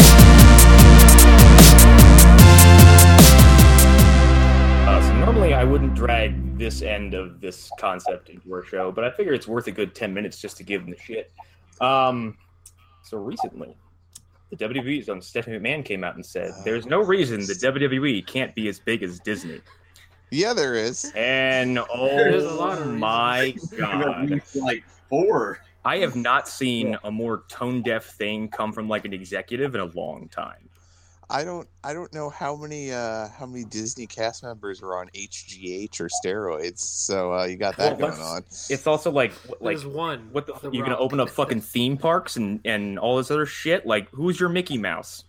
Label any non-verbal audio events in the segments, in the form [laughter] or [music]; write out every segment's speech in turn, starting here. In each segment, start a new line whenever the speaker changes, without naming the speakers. Uh, end of this concept into our show, but I figure it's worth a good 10 minutes just to give them the shit. Um, so recently, the WWE's own Stephanie McMahon came out and said,
Uh,
There's no reason the WWE can't be as big as Disney.
Yeah, there is.
And
There's a lot
oh
of
my
At
God.
least, like four.
I have not seen a more tone deaf thing come from like an executive in a long time.
I don't I don't know how many uh how many Disney cast members are on HGH or steroids. So uh, you got that
Well,
going on.
let's- It's also like, wh- like
There's one.
what the,
The
you're gonna
Rock.
open up fucking theme parks and and all this other shit like who's your mickey mouse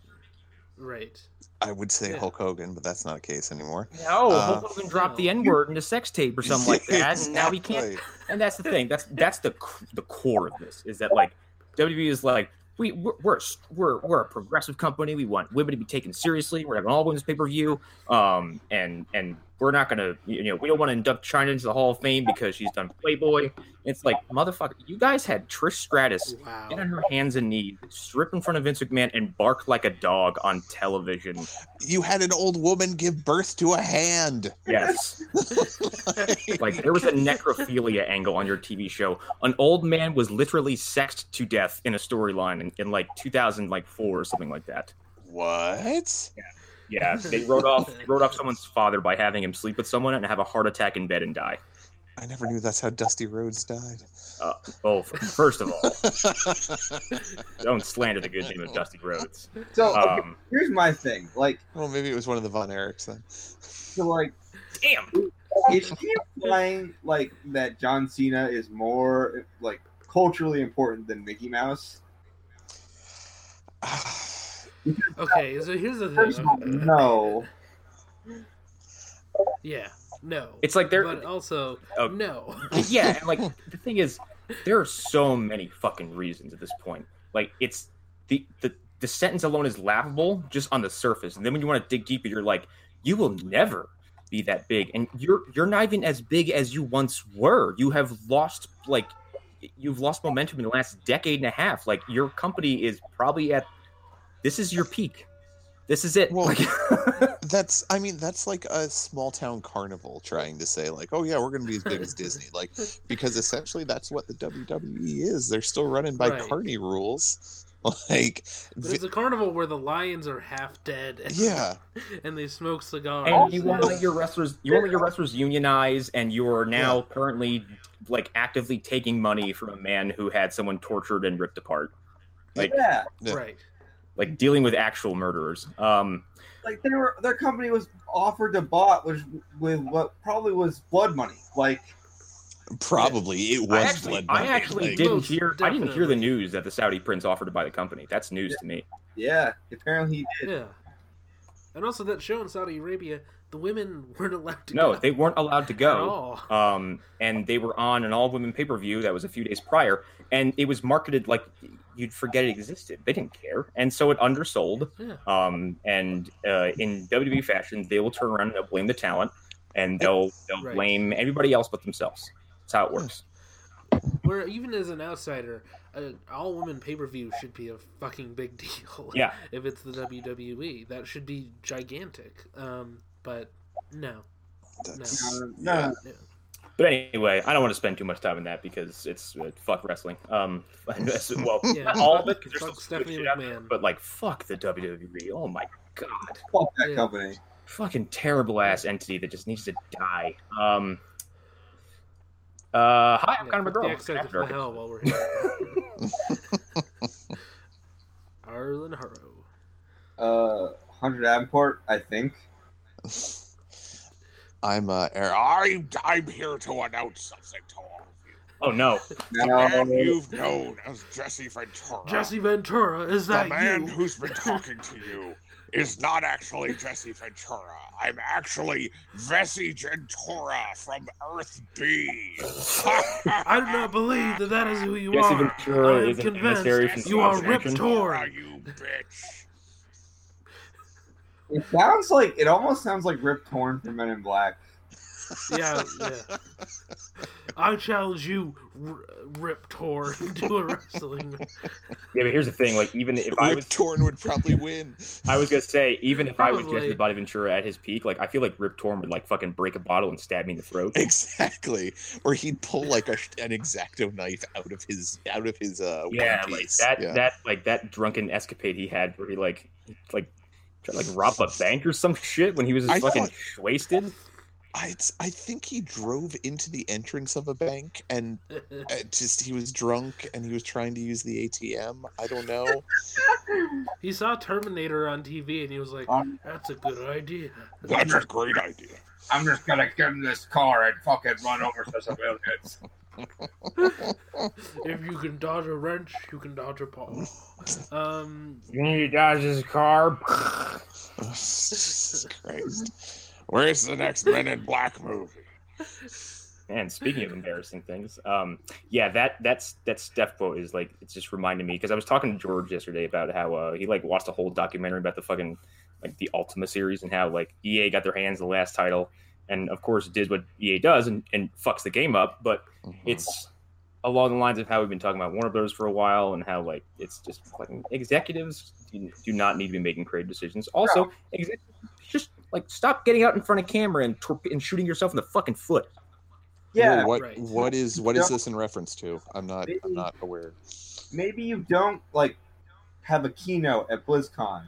Right.
I would say
Yeah.
Hulk Hogan, but that's not a case anymore.
no
Uh,
hulk hogan dropped the n-word in a sex tape or something
[laughs]
like that and now he can't
Exactly.
and that's the thing that's that's the c- the core of this is that like wwe is like we we're we're, s- we're, we're a progressive company we want women to be taken seriously we're having all women's pay-per-view um and and we're not gonna you know we don't want to induct china into the hall of fame because she's done playboy it's like motherfucker you guys had trish stratus
Wow.
get on her hands and knees, strip in front of Vince McMahon, and bark like a dog on television.
You had an old woman give birth to a hand.
Yes. like there was a necrophilia angle on your TV show. An old man was literally sexed to death in a storyline in, in like 2004 or something like that.
What?
Yeah, they wrote off they wrote off someone's father by having him sleep with someone and have a heart attack in bed and die.
I never knew that's how Dusty Rhodes
[laughs]
died.
Oh, f- first of all, don't slander the good name of Dusty Rhodes.
So okay,
Um,
here's my thing. Like,
well, maybe it was one of the Von Erichs
[laughs]
then. [sighs]
so like,
damn.
is she implying like that John Cena is more like culturally important than Mickey Mouse?
Okay. So here's the
First of all,
thing.
no.
Yeah. No.
It's like they're
But also,
Oh.
no.
yeah, and like the thing is, there are so many fucking reasons at this point. Like it's the the the sentence alone is laughable just on the surface, and then when you want to dig deeper, you're like, you will never be that big, and you're you're not even as big as you once were. You have lost like you've lost momentum in the last decade and a half. Like your company is probably at this is your peak. This is it.
Well-
Like, [laughs]
That's I mean that's like a small town carnival trying to say like oh yeah we're gonna be as
[laughs]
big as Disney like because essentially that's what the WWE is they're still running by
Right.
carny rules [laughs] like
But it's a carnival where the lions are half dead.
[laughs]
And,
yeah
[laughs] And they smoke cigars.
and you
and-
won't let your wrestlers you won't let your wrestlers unionize and you're now
Yeah.
currently like actively taking money from a man who had someone tortured and ripped apart Like-
yeah.
Yeah.
Right.
like dealing with actual murderers um
like they were their company was offered to bought was with what probably was blood money. Like
probably it
i
was
actually,
blood
I
money,
actually
like-
didn't
Most
hear i didn't hear the
definitely.
news that the saudi prince offered to buy the company that's news to me
yeah, apparently he did.
Yeah. And also that show in Saudi Arabia, the women [laughs] weren't allowed to
no
go
they weren't allowed to
at
go
all.
um, and they were on an all-women pay-per-view that was a few days prior, and it was marketed like you'd forget it existed. They didn't care, and so it undersold.
Yeah.
Um, and uh, in WWE fashion, they will turn around and they'll blame the talent, and they'll they'll
Right. Hmm.
blame everybody else but themselves. That's how it works.
Where even as an outsider, an all woman pay per view should be a fucking big deal.
Yeah.
If it's the WWE, that should be gigantic. Um, but no,
That's-
Um,
yeah.
no,
no.
But anyway, I don't want to spend too much time on that because it's uh, fuck wrestling. Um, [laughs] well,
Yeah.
not [laughs] all of it. 'cause there's
Fuck
some good
Stephanie
shit out there,
McMahon.
But like, fuck the WWE. Oh my god.
fuck that
Yeah.
company.
fucking terrible ass entity that just needs to die. Um. Uh, hi, I'm
Yeah,
Conor
fuck the
McGraw.
accents
After-
of hell while we're here. Arlen Harrow.
Uh, Hunter Davenport, I think.
I'm uh Eric.
I, I'm here to announce something to all of you.
oh no!
The
No,
man you've known as Jesse Ventura.
Jesse Ventura, is
the
that
man
you?
who's
[laughs]
been talking to you is not actually Jesse Ventura. I'm actually Vessi Ventura from Earth B.
[laughs] I do not believe that that is
[laughs]
who you
Jesse
are. I
Ventura
am
is an
convinced
emissary from
you are
Science Fiction.
ripped Ventura.
you bitch.
it sounds like it almost sounds like Rip Torn from Men in Black.
Yeah, yeah. I challenge you, R- Rip Tor, to a wrestling.
Yeah, but here's the thing. Like, even if I
Rip
was,
[laughs] Torn would probably win. [laughs]
I was gonna say, even
[laughs]
if I was
Probably.
Jesse the Body Ventura at his peak, like I feel like Rip Torn would like fucking break a bottle and stab me in the throat.
Exactly, or he'd pull like a, sh- an exacto knife out of his out of his uh.
Yeah,
one
like
piece.
that.
Yeah.
That like that drunken escapade he had where he like, like, tried to, like rob a bank or some shit when he was
I
just fucking
thought-
wasted.
I, it's, I think he drove into the entrance of a bank and uh, just he was drunk and he was trying to use the ATM. I don't know.
he saw Terminator on TV and he was like,
Um,
"That's a good idea." [laughs]
That's a great idea.
I'm just gonna get in this car and fucking run over some civilians.
If you can dodge a wrench, you can dodge a ball. Um,
You need to dodge this car.
[laughs] Jesus Christ.
Where's the next Men in Black movie?
And speaking of embarrassing things, um, yeah, that that's that Steph quote is like it's just reminding me because I was talking to George yesterday about how uh, he like watched a whole documentary about the fucking like the Ultima series and how like EA got their hands on the last title, and of course did what EA does and, and fucks the game up, but
Hmm.
it's along the lines of how we've been talking about Warner Brothers for a while and how like it's just fucking executives do do not need to be making creative decisions. Also, exec- just like stop getting out in front of camera and tor- and shooting yourself in the fucking foot.
Yeah,
Whoa, what
right.
what is what is
Yeah.
this in reference to? I'm not I'm not aware.
maybe you don't like have a keynote at BlizzCon,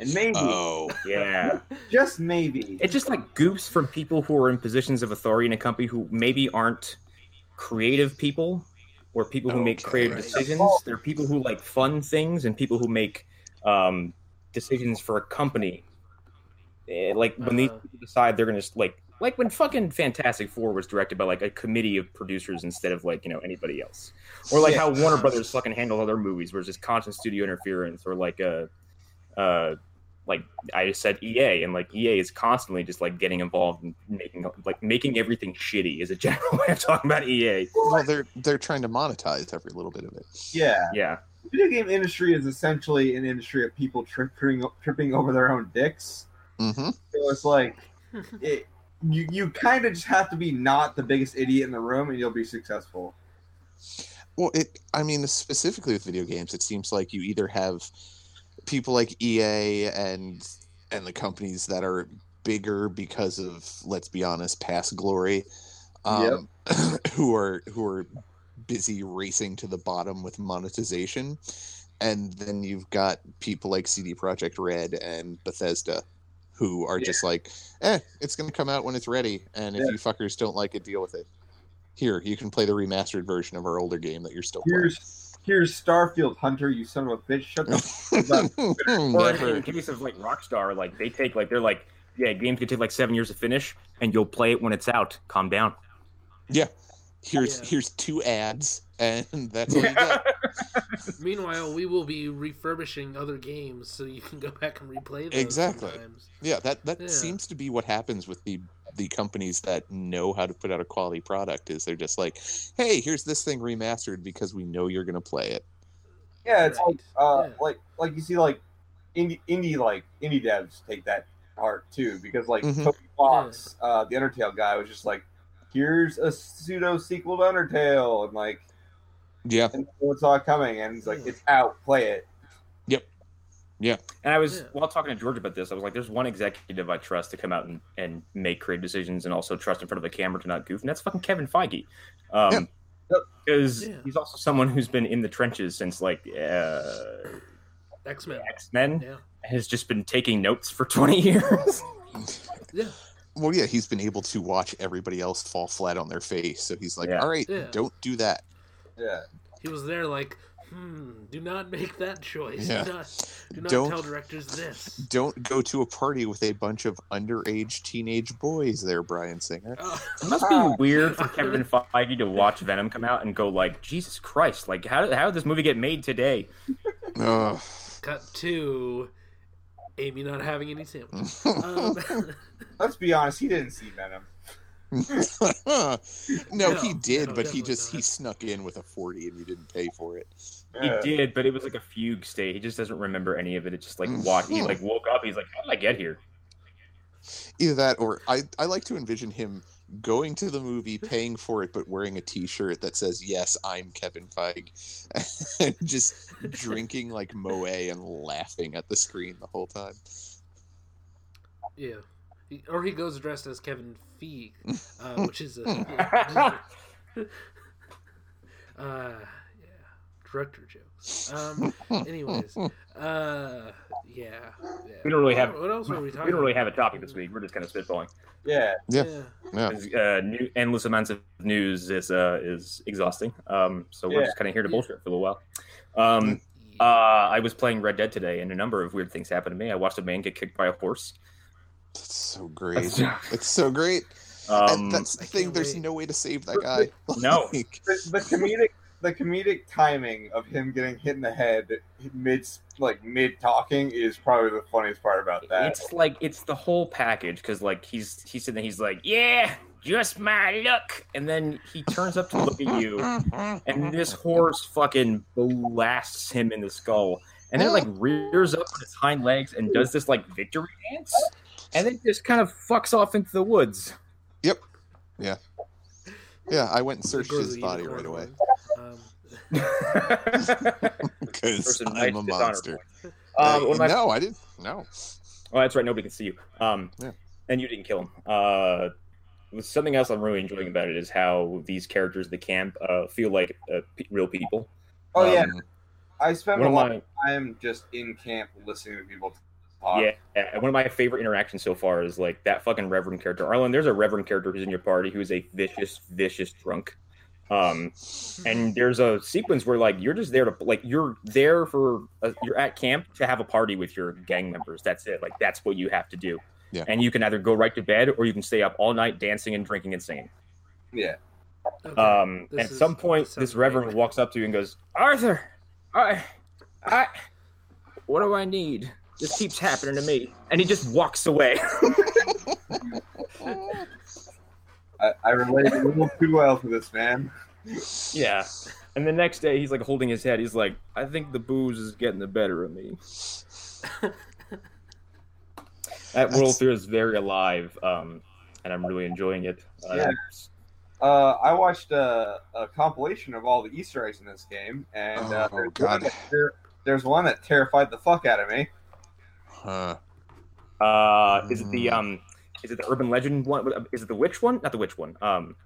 and maybe [laughs]
Oh,
Yeah.
just maybe
It just like goofs from people who are in positions of authority in a company who maybe aren't creative people or people who make
Okay.
creative
Right.
decisions. They're people who like fun things and people who make um, decisions for a company. Eh, Like when these
Uh-huh.
people decide they're gonna like like when fucking Fantastic Four was directed by like a committee of producers instead of like you know anybody else, or like how Warner Brothers fucking handled all their movies, where it's just constant studio interference, or like uh, uh, like I just said EA, and like EA is constantly just like getting involved and making like making everything shitty is a [laughs] general way of talking about E EA.
well they're they're trying to monetize every little bit of it.
yeah.
Yeah,
The video game industry is essentially an industry of people tripping tripping over their own dicks.
Mm-hmm.
So it's like it, you you kind of just have to be not the biggest idiot in the room, and you'll be successful.
Well, it. I mean, specifically with video games, it seems like you either have people like EA and and the companies that are bigger because of, let's be honest, past glory, um, [coughs] who are who are busy racing to the bottom with monetization, and then you've got people like CD Project Red and Bethesda. Who are just like, eh, it's going to come out when it's ready. And if
Yeah.
you fuckers don't like it, deal with it here you can play the remastered version of our older game that you're still
Here's here's Starfield Hunter, you son of a bitch. Shut the
[laughs] playing.
or in
Never.
case of like Rockstar, like they take like they're like yeah, games could take like seven years to finish, and you'll play it when it's out. Calm down.
Here's
Yeah.
here's two ads, and [laughs] that's all you got.
meanwhile, we will be refurbishing other games so you can go back and replay those.
Exactly.
sometimes.
Yeah, that that
Yeah.
seems to be what happens with the the companies that know how to put out a quality product. Is they're just like, hey, here's this thing remastered because we know you're gonna play it.
Yeah, it's like uh,
Right. Yeah.
like like you see like indie indie like indie devs take that to heart too because like
Mhm.
Toby Fox, uh, the Undertale guy, was just like, "Here's a pseudo sequel to Undertale," and like,
Yeah,
and no one saw it coming, and he's like,
Yeah.
"It's out, play it."
And I was
Yeah.
while talking to George about this, I was like, "There's one executive I trust to come out and, and make creative decisions, and also trust in front of the camera to not goof, and that's fucking Kevin Feige, um,
Yeah.
because
Yeah.
he's also someone who's been in the trenches since like uh,
X Men.
X Men,
Yeah.
has just been taking notes for [laughs] 20 years.
well, yeah, he's been able to watch everybody else fall flat on their face, so he's like,
Yeah.
all right,
Yeah.
don't do that.
Yeah,
He was there like, hmm, do not make that choice.
Yeah.
Do not, do not
Don't-
tell directors
[laughs]
this.
Don't go to a party with a bunch of underage teenage boys. There, Brian Singer.
Oh,
It must be
[laughs]
weird for Kevin Feige to watch Venom come out and go like, "Jesus Christ! Like, how did, how did this movie get made today?"
Ugh.
cut to Amy not having any samples.
[laughs]
Um, [laughs]
let's be honest, he didn't see Venom.
[laughs] no,
No,
he did,
no,
but he
definitely
just he
not.
snuck in with a forty, and you didn't pay for it.
He
Yeah.
did, but it was like a fugue state. He just doesn't remember any of it. It's just like
Mm.
what
Hmm.
he like woke up. He's like, "How did I get here?"
Either that, or I I like to envision him going to the movie, paying for it, but wearing a T-shirt that says "Yes, I'm Kevin Feige," [laughs] and
[laughs]
just drinking like moe and laughing at the screen the whole time.
Yeah. He, or he goes dressed as Kevin
[laughs]
Feig, uh, which is
[laughs]
a. uh, yeah. Director jokes. Um, anyways. Uh, yeah. yeah.
We don't really
What-
have-
What else were we
we
talking
don't really have a
about?
topic this week. We're just kind of spitballing.
Yeah.
Yeah.
yeah.
Yeah.
Uh, new, endless amounts of news is uh, is exhausting. Um, so we're
Yeah.
just kind of here to
Yeah.
bullshit for a little while.
Mm.
Um, uh, I was playing Red Dead today, and a number of weird things happened to me. I watched a man get kicked by a horse.
That's so great. [laughs] It's so great.
Um,
and that's the
I
thing.
can't
There's
wait.
no way to save that guy. [laughs]
No.
Like,
The, the comedic the comedic timing of him getting hit in the head mid like mid talking is probably the funniest part about that.
it's like it's the whole package because like he's he's sitting there, he's like, yeah, just my luck, and then he turns up to look at you, and this horse fucking blasts him in the skull. And then like rears up on its hind legs and does this like victory dance, and then just kind of fucks off into the woods. [laughs]
yeah, I went and searched
Go to
his
the
body
unicorn
right away
one. Um,
because
Person, nice
I'm a
dishonor
monster.
point. Um, one of my-
no, I didn't. No.
Oh, that's right. Nobody can see you. Um,
Yeah.
and you didn't kill him. Uh, with something else I'm really enjoying about it is how these characters of the camp uh, feel like uh, pe real people.
oh yeah,
Um,
I spent
One
a
of
lot
my
of time just in camp listening to people talk.
yeah, yeah, one of my favorite interactions so far is like that fucking reverend character. Arlen, there's a reverend character who's in your party who's a vicious, vicious drunk. Um, and there's a sequence where like you're just there to like you're there for a, you're at camp to have a party with your gang members. That's it. Like that's what you have to do.
Yeah.
And you can either go right to bed or you can stay up all night dancing and drinking and singing.
Yeah.
okay.
Um,
This
at
is-
some point,
this
this
sounds
reverend
great.
walks up to you and goes, "Arthur, I, I, what do I need? This keeps happening to me." And he just walks away. [laughs]
I, I relate a little too well to this man.
yeah. And the next day, he's like holding his head. He's like, "I think the booze is getting the better of
[laughs]
me." that world
That's-
fear is very alive, um, and I'm really enjoying it.
Yeah. Uh, I watched a, a compilation of all the Easter eggs in this game, and uh,
Oh,
there's,
God.
One that, ter- there's one that terrified the fuck out of me.
huh.
Uh, is it the um, is it the urban legend one? uh, Is it the witch one? Not the witch one. Um,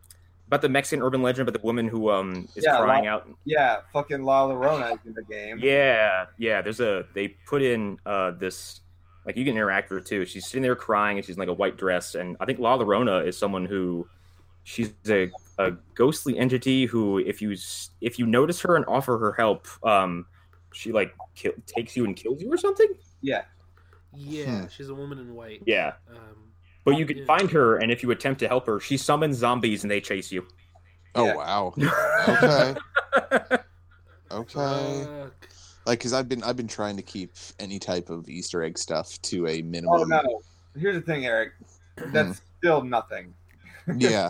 about the Mexican urban legend about the woman who um is
Yeah,
crying out.
Yeah, fucking La Llorona is in the game.
Yeah, yeah. There's a they put in uh this like you can interact with her too. She's sitting there crying and she's in like a white dress and I think La Llorona is someone who she's a, a ghostly entity who if you s- if you notice her and offer her help um she like kill, takes you and kills you or something.
Yeah,
hmm.
Yeah, she's a woman in white.
Yeah.
Um,
But you can
Yeah.
find her, and if you attempt to help her, she summons zombies and they chase you.
Oh
Yeah.
wow. [laughs] Okay. Okay.
fuck.
Like, cause I've been I've been trying to keep any type of Easter egg stuff to a minimum.
Oh no. Here's the thing, Eric. That's
Mm-hmm.
still nothing.
yeah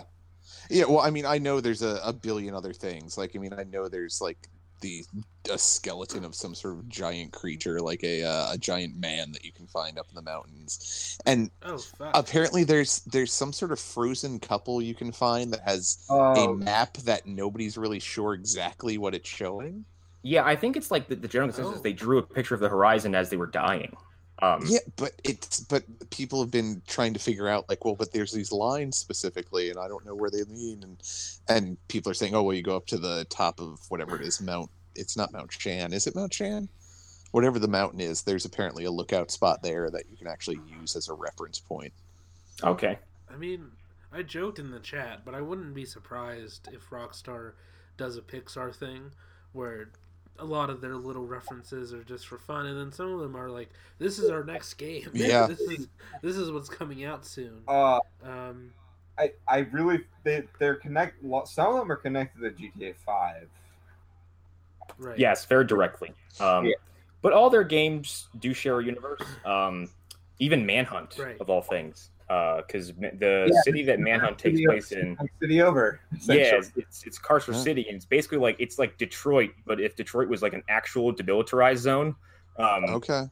yeah well i mean i know there's a, a billion other things like i mean i know there's like the a skeleton of some sort of giant creature like a uh, a giant man that you can find up in the mountains and
Oh fuck.
apparently there's there's some sort of frozen couple you can find that has a
Oh,
map that nobody's really sure exactly what it's showing
Yeah, I think it's like the, the general consensus is
Oh.
they drew a picture of the horizon as they were dying. Um,
yeah but it's but people have been trying to figure out like well but there's these lines specifically and i don't know where they lead and and people are saying oh well you go up to the top of whatever it is mount it's not mount shan is it mount shan whatever the mountain is there's apparently a lookout spot there that you can actually use as a reference point
Okay.
I mean, I joked in the chat, but I wouldn't be surprised if Rockstar does a Pixar thing where a lot of their little references are just for fun, and then some of them are like, "This is our next game. [laughs]
Yeah.
this is this is what's coming out soon."
uh,
Um,
I, I really they they're connect. lo- Some of them are connected to GTA Five.
right.
Yes, very directly. Um,
Yeah.
But all their games do share a universe. Um, even Manhunt,
Right.
of all things, because the
Yeah.
city that Manhunt takes
City o-
place in,
City over.
yeah,
essentially.
it's, it's, it's Carcer
Yeah.
City, and it's basically like it's like Detroit, but if Detroit was like an actual demilitarized zone. Um,
okay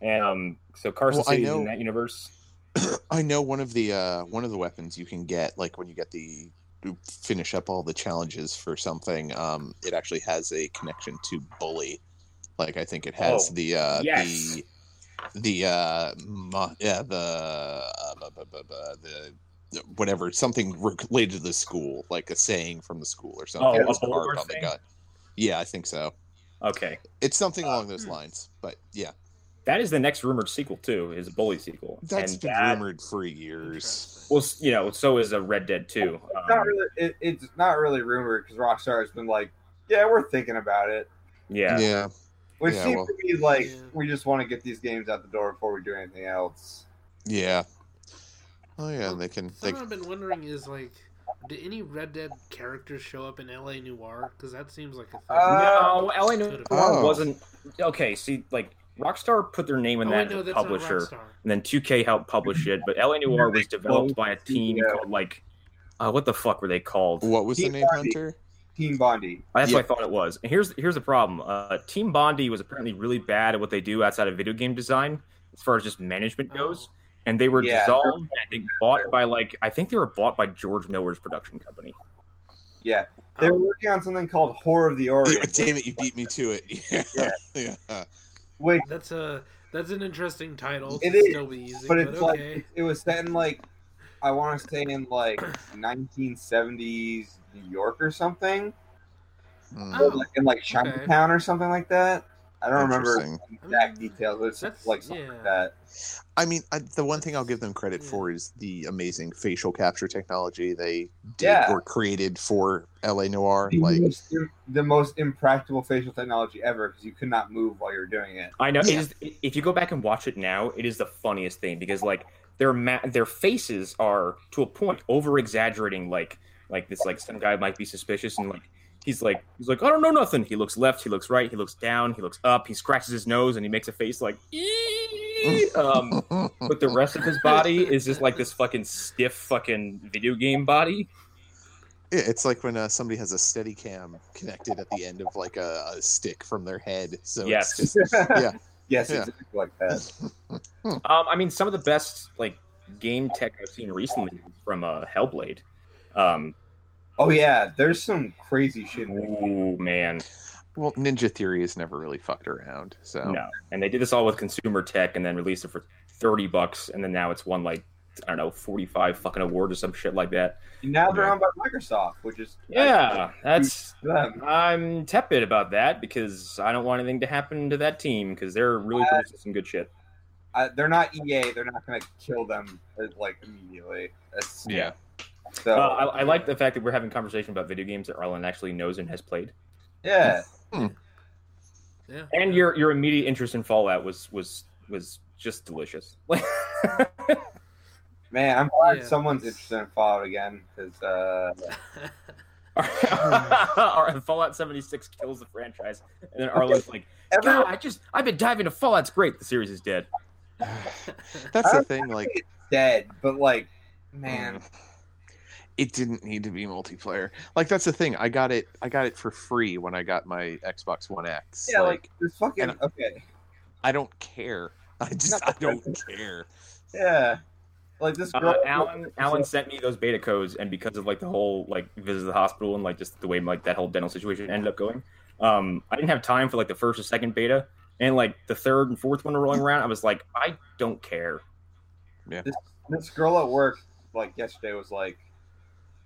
And um, so Carson
Well, I
City's
know-
in that universe.
[clears throat] I know one of the uh, one of the weapons you can get, like when you get the you finish up all the challenges for something. Um, it actually has a connection to bully. Like I think it has
Oh,
the uh,
yes.
the the uh, mo- yeah the uh, bu- bu- bu- bu- the the- whatever something related to the school, like a saying from the school or something.
Oh, a
that's
bulwark
carved on the
thing?
gun. Yeah, I think so.
Okay,
It's something
Uh,
along those
hmm.
lines, but yeah,
that is the next rumored sequel too. Is a bully sequel.
that's
and
been
that
rumored for years.
Interesting.
Well, s- you know, so is a Red Dead Two.
It's
Um,
Oh, not really. It, it's not really rumored because Rockstar has been like, yeah, we're thinking about it,
yeah.
yeah.
which
Yeah,
seems
well-
to be like
Yeah.
we just want to get these games out the door before we do anything else.
Yeah. Oh yeah,
Um,
they can. They,
Something I've been wondering is like, did any Red Dead characters show up in LA Noir? Because that seems like a thing.
Uh,
No, LA Noir
Oh.
wasn't okay. See, like Rockstar put their name in
oh,
that
wait, no,
as a
that's
publisher,
not Rockstar.
and then 2K helped publish it. But LA Noir was developed by a team
Yeah.
called like, uh, what the fuck were they called?
what was the
Keep
name,
on it.
Hunter?
Team Bondi.
That's
Yeah.
what I thought it was. And here's here's the problem. Uh, Team Bondi was apparently really bad at what they do outside of video game design, as far as just
Oh.
management goes. And they were
Yeah.
dissolved. And I think bought by like I think they were bought by George Miller's production company.
Yeah,
Oh,
they were working on something called Horror of the Orient,
Damn it, you beat me to it. [laughs] Yeah. yeah.
which,
That's a that's an interesting title.
It
to
is,
still be using,
but it's like
okay.
it, it was set in like I want to say in like 1970s New York or something,
Mm,
Oh,
like in like Chinatown or something like that. I don't remember
Interesting.
exact
Mm,
details, but it's
that's-
like something
yeah.
like that.
I mean, I, the one thing I'll give them credit for is the amazing facial capture technology they did
Yeah.
or created for LA Noir.
the,
Like,
most, the most impractical facial technology ever because you could not move while you're doing it.
I know.
Yeah.
It is, if you go back and watch it now, it is the funniest thing because like their ma- their faces are to a point over exaggerating. Like like this like some guy might be suspicious and like he's like he's like I don't know nothing. He looks left, he looks right, he looks down, he looks up, he scratches his nose and he makes a face like. "Ee." Um, but the rest of his body is just like this fucking stiff fucking video game body.
[laughs] Yeah, it's like when uh, somebody has a steady cam connected at the end of like a, a stick from their head. So
Yes.
it's just, yeah.
[laughs] Yes,
Yeah.
exactly like that.
Um, I mean, some of the best like game tech I've seen recently is from uh, Hellblade. Um,
Oh yeah, there's some crazy shit. in there.
oh man,
Well, Ninja Theory has never really fucked around. So
No. And they did this all with consumer tech and then released it for 30 bucks. And then now it's won like, I don't know, 45 fucking award or some shit like that. uh,
And now they're owned by Microsoft, which is
Yeah. That's,
Them.
I'm tepid about that because I don't want anything to happen to that team because they're really producing some good shit.
I, they're not EA. They're not going to kill them uh, like immediately. That's,
yeah.
So
Uh, I, I like the fact that we're having conversation about video games that Arlen actually knows and has played.
yeah,
[laughs]
yeah. [laughs]
And your your immediate interest in Fallout was was was just delicious. [laughs]
man, I'm glad
Yeah.
someone's interested in Fallout again because uh,
[laughs] Fallout 76 kills the franchise, and then Arlen's like, God,
everyone
I just I've been diving into Fallout's great. The series is dead.
[sighs] That's
I
the
don't
thing. Like,
it's dead, but like, man,
Mm, it didn't need to be multiplayer. Like that's the thing. I got it. I got it for free when I got my Xbox One X.
yeah,
like,
like, it's fucking
and-
okay.
I don't care. I just I don't care.
Yeah, like this girl.
Uh, Alan Alan sent me those beta codes, and because of like the whole like visit to the hospital and like just the way like that whole dental situation ended up going, um, I didn't have time for like the first or second beta, and like the third and fourth one were rolling around. I was like, I don't care.
this this girl at work like yesterday was like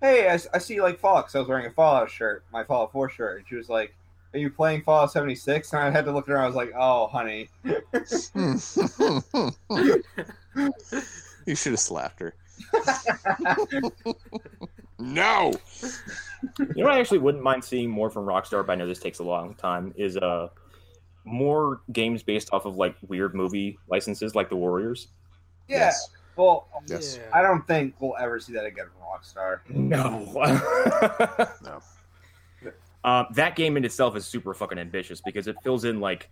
hey i, s- I see like fallout 'cause i was wearing a fallout shirt my fallout 4 shirt and she was like are you playing fallout 76 and i had to look at her i was like oh honey [laughs]
you should have slapped her.
No!
You know what I actually wouldn't mind seeing more from Rockstar, but I know this takes a long time, is uh more games based off of like weird movie licenses like The Warriors.
yeah
Yes.
well
Yes.
Yeah.
i don't think we'll ever see that again from rockstar
No. [laughs]
No.
Uh, that game in itself is super fucking ambitious because it fills in like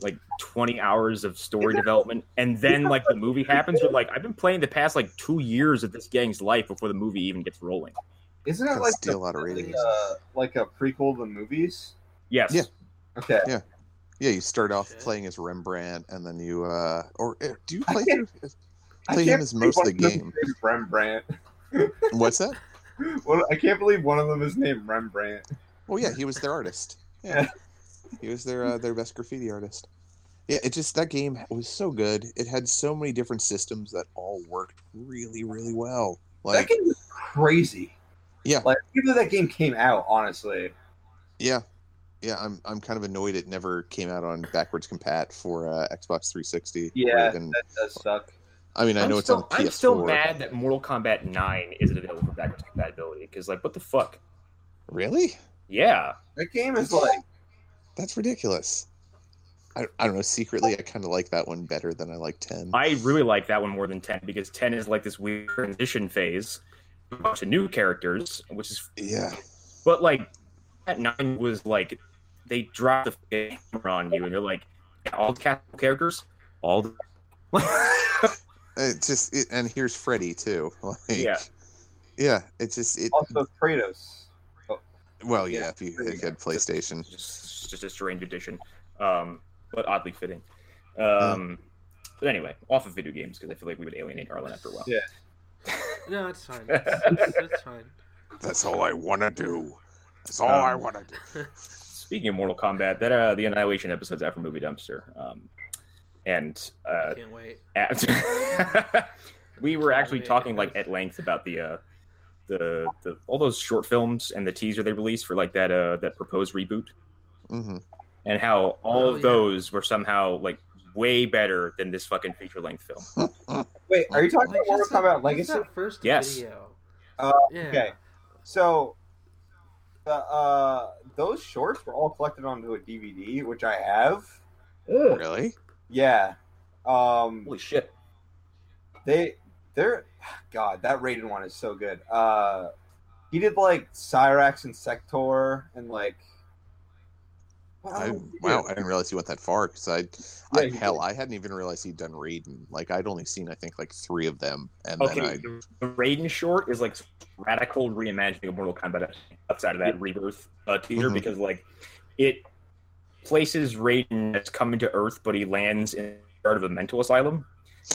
like 20 hours of story development and then like the movie happens you're like i've been playing the past like two years of this gang's life before the movie even gets rolling
isn't it
That's
like
still a
the-
lot of ratings.
uh, like a prequel to the movies
yes
Yeah.
okay
Yeah, you start off
Okay.
playing as Rembrandt, and then you uh, or eh, do you
I
play
can't-
through?
I
play
can't
him as
believe
most of
one
the
of them
game.
is Rembrandt. [laughs]
What's that?
Well, I can't believe one of them is named Rembrandt.
Well, yeah, he was their
[laughs]
artist. Yeah, he was their uh, their best graffiti artist. Yeah, it just that game was so good. It had so many different systems that all worked really, really well.
that
Like,
game was crazy.
Yeah.
Like even though that game came out, honestly.
yeah, yeah, I'm I'm kind of annoyed it never came out on backwards compat for uh, Xbox 360. or
Yeah,
even-
that does suck.
I mean, I
I'm
know
still,
it's on PS4.
I'm still mad that Mortal Kombat 9 isn't available for backwards compatibility because, like, what the fuck?
Really?
Yeah.
That game is like
That's ridiculous. I, I don't know. Secretly, I kind of like that one better than I like 10.
I really like that one more than 10 because 10 is like this weird transition phase, a bunch of new characters, which is,
yeah.
but like, at 9 was like, they dropped the camera on you and they're like, yeah, all the cast characters, all the. [laughs]
It just, it, and here's Freddy too. [laughs] Like,
Yeah.
Yeah. It just, it,
also Kratos.
well, yeah,
yeah,
if you
there you
if you had PlayStation.
just, just a strange addition, um, but oddly fitting. Um, But anyway, off of video games because I feel like we would alienate Arlen after a while.
Yeah.
No, it's
[laughs]
fine. It's, it's, it's fine.
That's all I want to do. That's all I
Um,
want to do.
Speaking of Mortal Kombat, that uh, the Annihilation episode's after Movie Dumpster, um, and uh,
Can't wait.
at- [laughs] we were actually
Wait.
talking like at length about the uh, the the all those short films and the teaser they released for like that uh, that proposed reboot,
hmm
and how all
Oh,
of
yeah.
those were somehow like way better than this fucking feature length film.
Wait, are you talking
Like,
about Mortal
just that-
Kombat
just
Legacy?
that first
Yes.
video.
Oh,
yeah.
Okay. So the uh those shorts were all collected onto a DVD, which I have.
Really?
Yeah. Um
Holy shit!
they they're God, that Raiden one is so good. Uh he did like Cyrax and Sector and like what
I,
else did he do?
wow. I didn't realize he went that far because I,
Yeah,
I,
he
hell, I hadn't even realized he'd done Raiden. Like, I'd only seen, I think, like three of them. And
Okay,
then I,
the Raiden short is like radical reimagining of Mortal Kombat outside of that rebirth uh, teaser
Mhm.
because like it places Raiden as coming to Earth, but he lands in part of a mental asylum.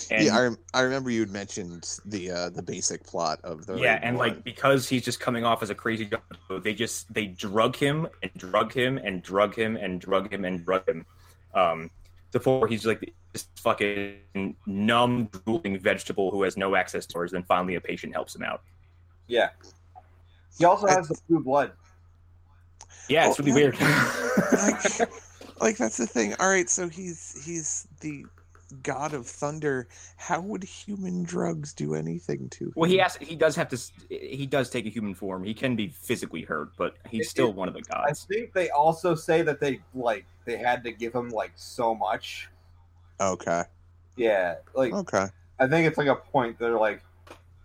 And
yeah, I,
yeah,
rem- I remember you'd mentioned the uh, the basic plot of the Raiden
and [laughs]
one.
like because he's just coming off as a crazy junkie, they just they drug him and drug him and drug him and drug him and drug him. Um, before he's like this fucking numb, drooling vegetable who has no access to hers. Then finally, a patient helps him out.
Yeah. He also has the blue blood.
Yeah, it's
Oh,
really
yeah.
weird. [laughs]
like, like that's the thing. All right, so he's he's the god of thunder. How would human drugs do anything to him?
Well, he has. He does have to. s- He does take a human form. He can be physically hurt, but he's still one of the
I
gods.
think they also say that they like they had to give him like so much.
Okay.
Yeah, like
Okay.
I think it's like a point that like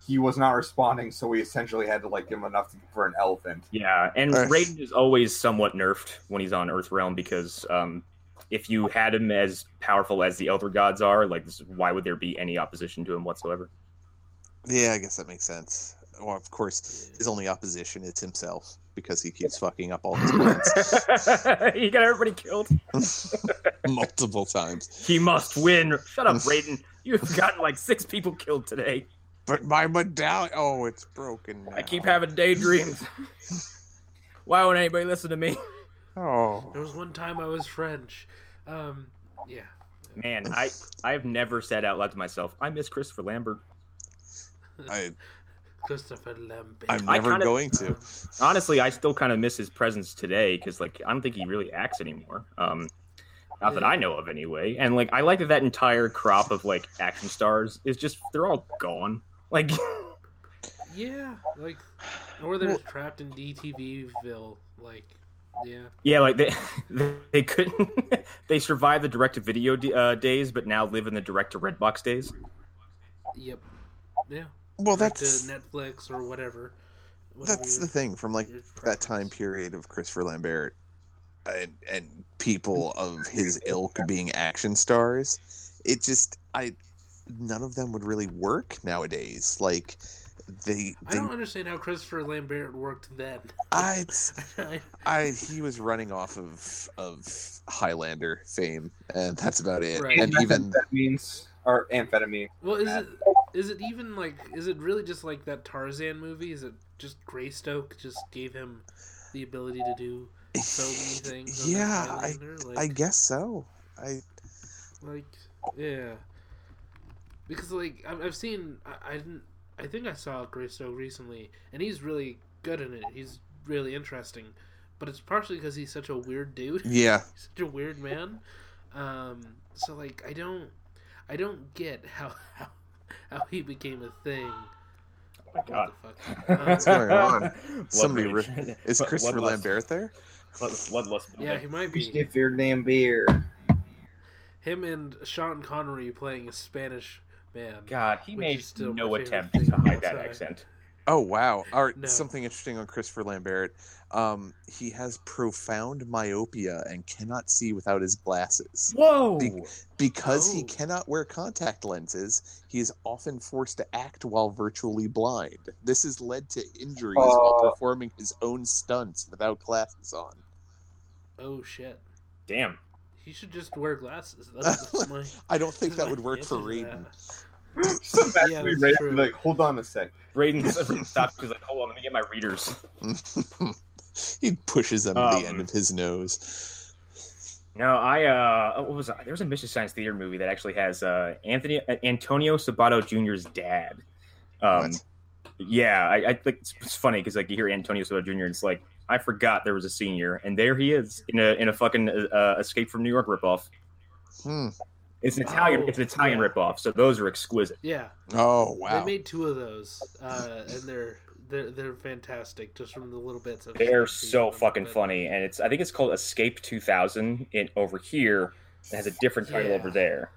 he was not responding, so we essentially had to like give him enough for an elephant.
Yeah, and
Earth.
Raiden is always somewhat nerfed when he's on Earth Realm because um, if you had him as powerful as the Elder Gods are, like, this, why would there be any opposition to him whatsoever? [laughs]
Yeah, I guess that makes sense. Well, of course, his only opposition is himself because he keeps fucking up all his plans
he got everybody killed.
[laughs] multiple times.
He must win. Shut up, Raiden. You've gotten like six people killed today.
But my medallion, oh, it's broken. Now.
I keep having daydreams. Why would anybody listen to me?
Oh,
There was one time I was French. Um, yeah.
Man, I I've never said out loud to myself, I miss Christopher Lambert.
I,
Christopher Lambert.
I'm
I
never
kinda-
going to.
Um,
Honestly, I still kind of miss his presence today because like I don't think he really acts anymore. Um, not that I know of anyway. And like I like that that entire crop of like action stars is just they're all gone. Like [laughs]
Yeah, like, or they're just trapped in DTVville. Like, yeah,
yeah, like they [laughs] they couldn't [laughs] they survived the direct to video d- uh, days, but now live in the direct to Redbox days.
yep, yeah.
Well,
Back
that's
to Netflix or whatever. whatever
that's
your-
the thing. From like
your
that
preference.
time period of Christopher Lambert and, and people of his ilk being action stars, it just I none of them would really work nowadays. Like they,
I
they
don't understand how Christopher Lambert worked then.
I,
[laughs] I-
I he was running off of of Highlander fame, and that's about it.
Right. [laughs]
And even
Amphetamines or amphetamine.
well, is it is it even like is it really just like that Tarzan movie? Is it just Greystoke just gave him the ability to do
[laughs]
so many things? on that
Yeah, I-
island, or, like,
I guess so. I
like yeah because like i've, I've seen I, I didn't i think i saw greystoke recently and he's really good in it he's really interesting but it's partially because he's such a weird dude [laughs]
yeah.
he's such a weird man um so like i don't i don't get how how, how he became a thing
Oh my god.
what the fuck Um,
going [laughs] on?
Blood
Somebody
rage.
[laughs] Is
Blood-
Christopher
bloodlust.
Lambert there?
Blood- Bloodlust.
yeah he might
You
be
sniff your damn [laughs] beer.
him and sean connery playing a spanish man
God, he
Which
made
is still
no
my favorite
attempt
thing
to
of all
hide that
time.
accent.
Oh wow! All right,
No.
something interesting on Christopher Lambert. Um, he has profound myopia and cannot see without his glasses.
Whoa!
Be- Because he
Oh.
cannot wear contact lenses, he is often forced to act while virtually blind. This has led to injuries
Oh.
Uh.
while performing his own stunts without glasses on.
oh shit
Damn.
he should just wear glasses that's, that's my
I don't think
[laughs]
that would
my
work for
answer to that.
Raiden.
Some bad
Yeah,
movie
that's
rating,
true.
Like, hold on a sec.
[laughs]
Braden stops because like, hold on, let me get my readers.
[laughs] he pushes them to
Um.
the end of his nose.
No, I uh, what was I? there was a Mission Science Theater movie that actually has uh Anthony uh, Antonio Sabato Jr.'s dad. Um,
What?
yeah, I, I think it's, it's funny because like you hear Antonio Sabato Jr. and it's like I forgot there was a senior, and there he is in a in a fucking uh, Escape from New York ripoff.
Hmm.
It's an Italian,
Oh,
it's an Italian
yeah.
ripoff, so those are exquisite.
Yeah,
Oh wow!
they made two of those, uh, and they're they're they're fantastic. Just from the little bits of
They're
I've seen
so
of them,
fucking
but-
funny, and it's I think it's called Escape 2000 in over here. It has a different title
Yeah.
over there.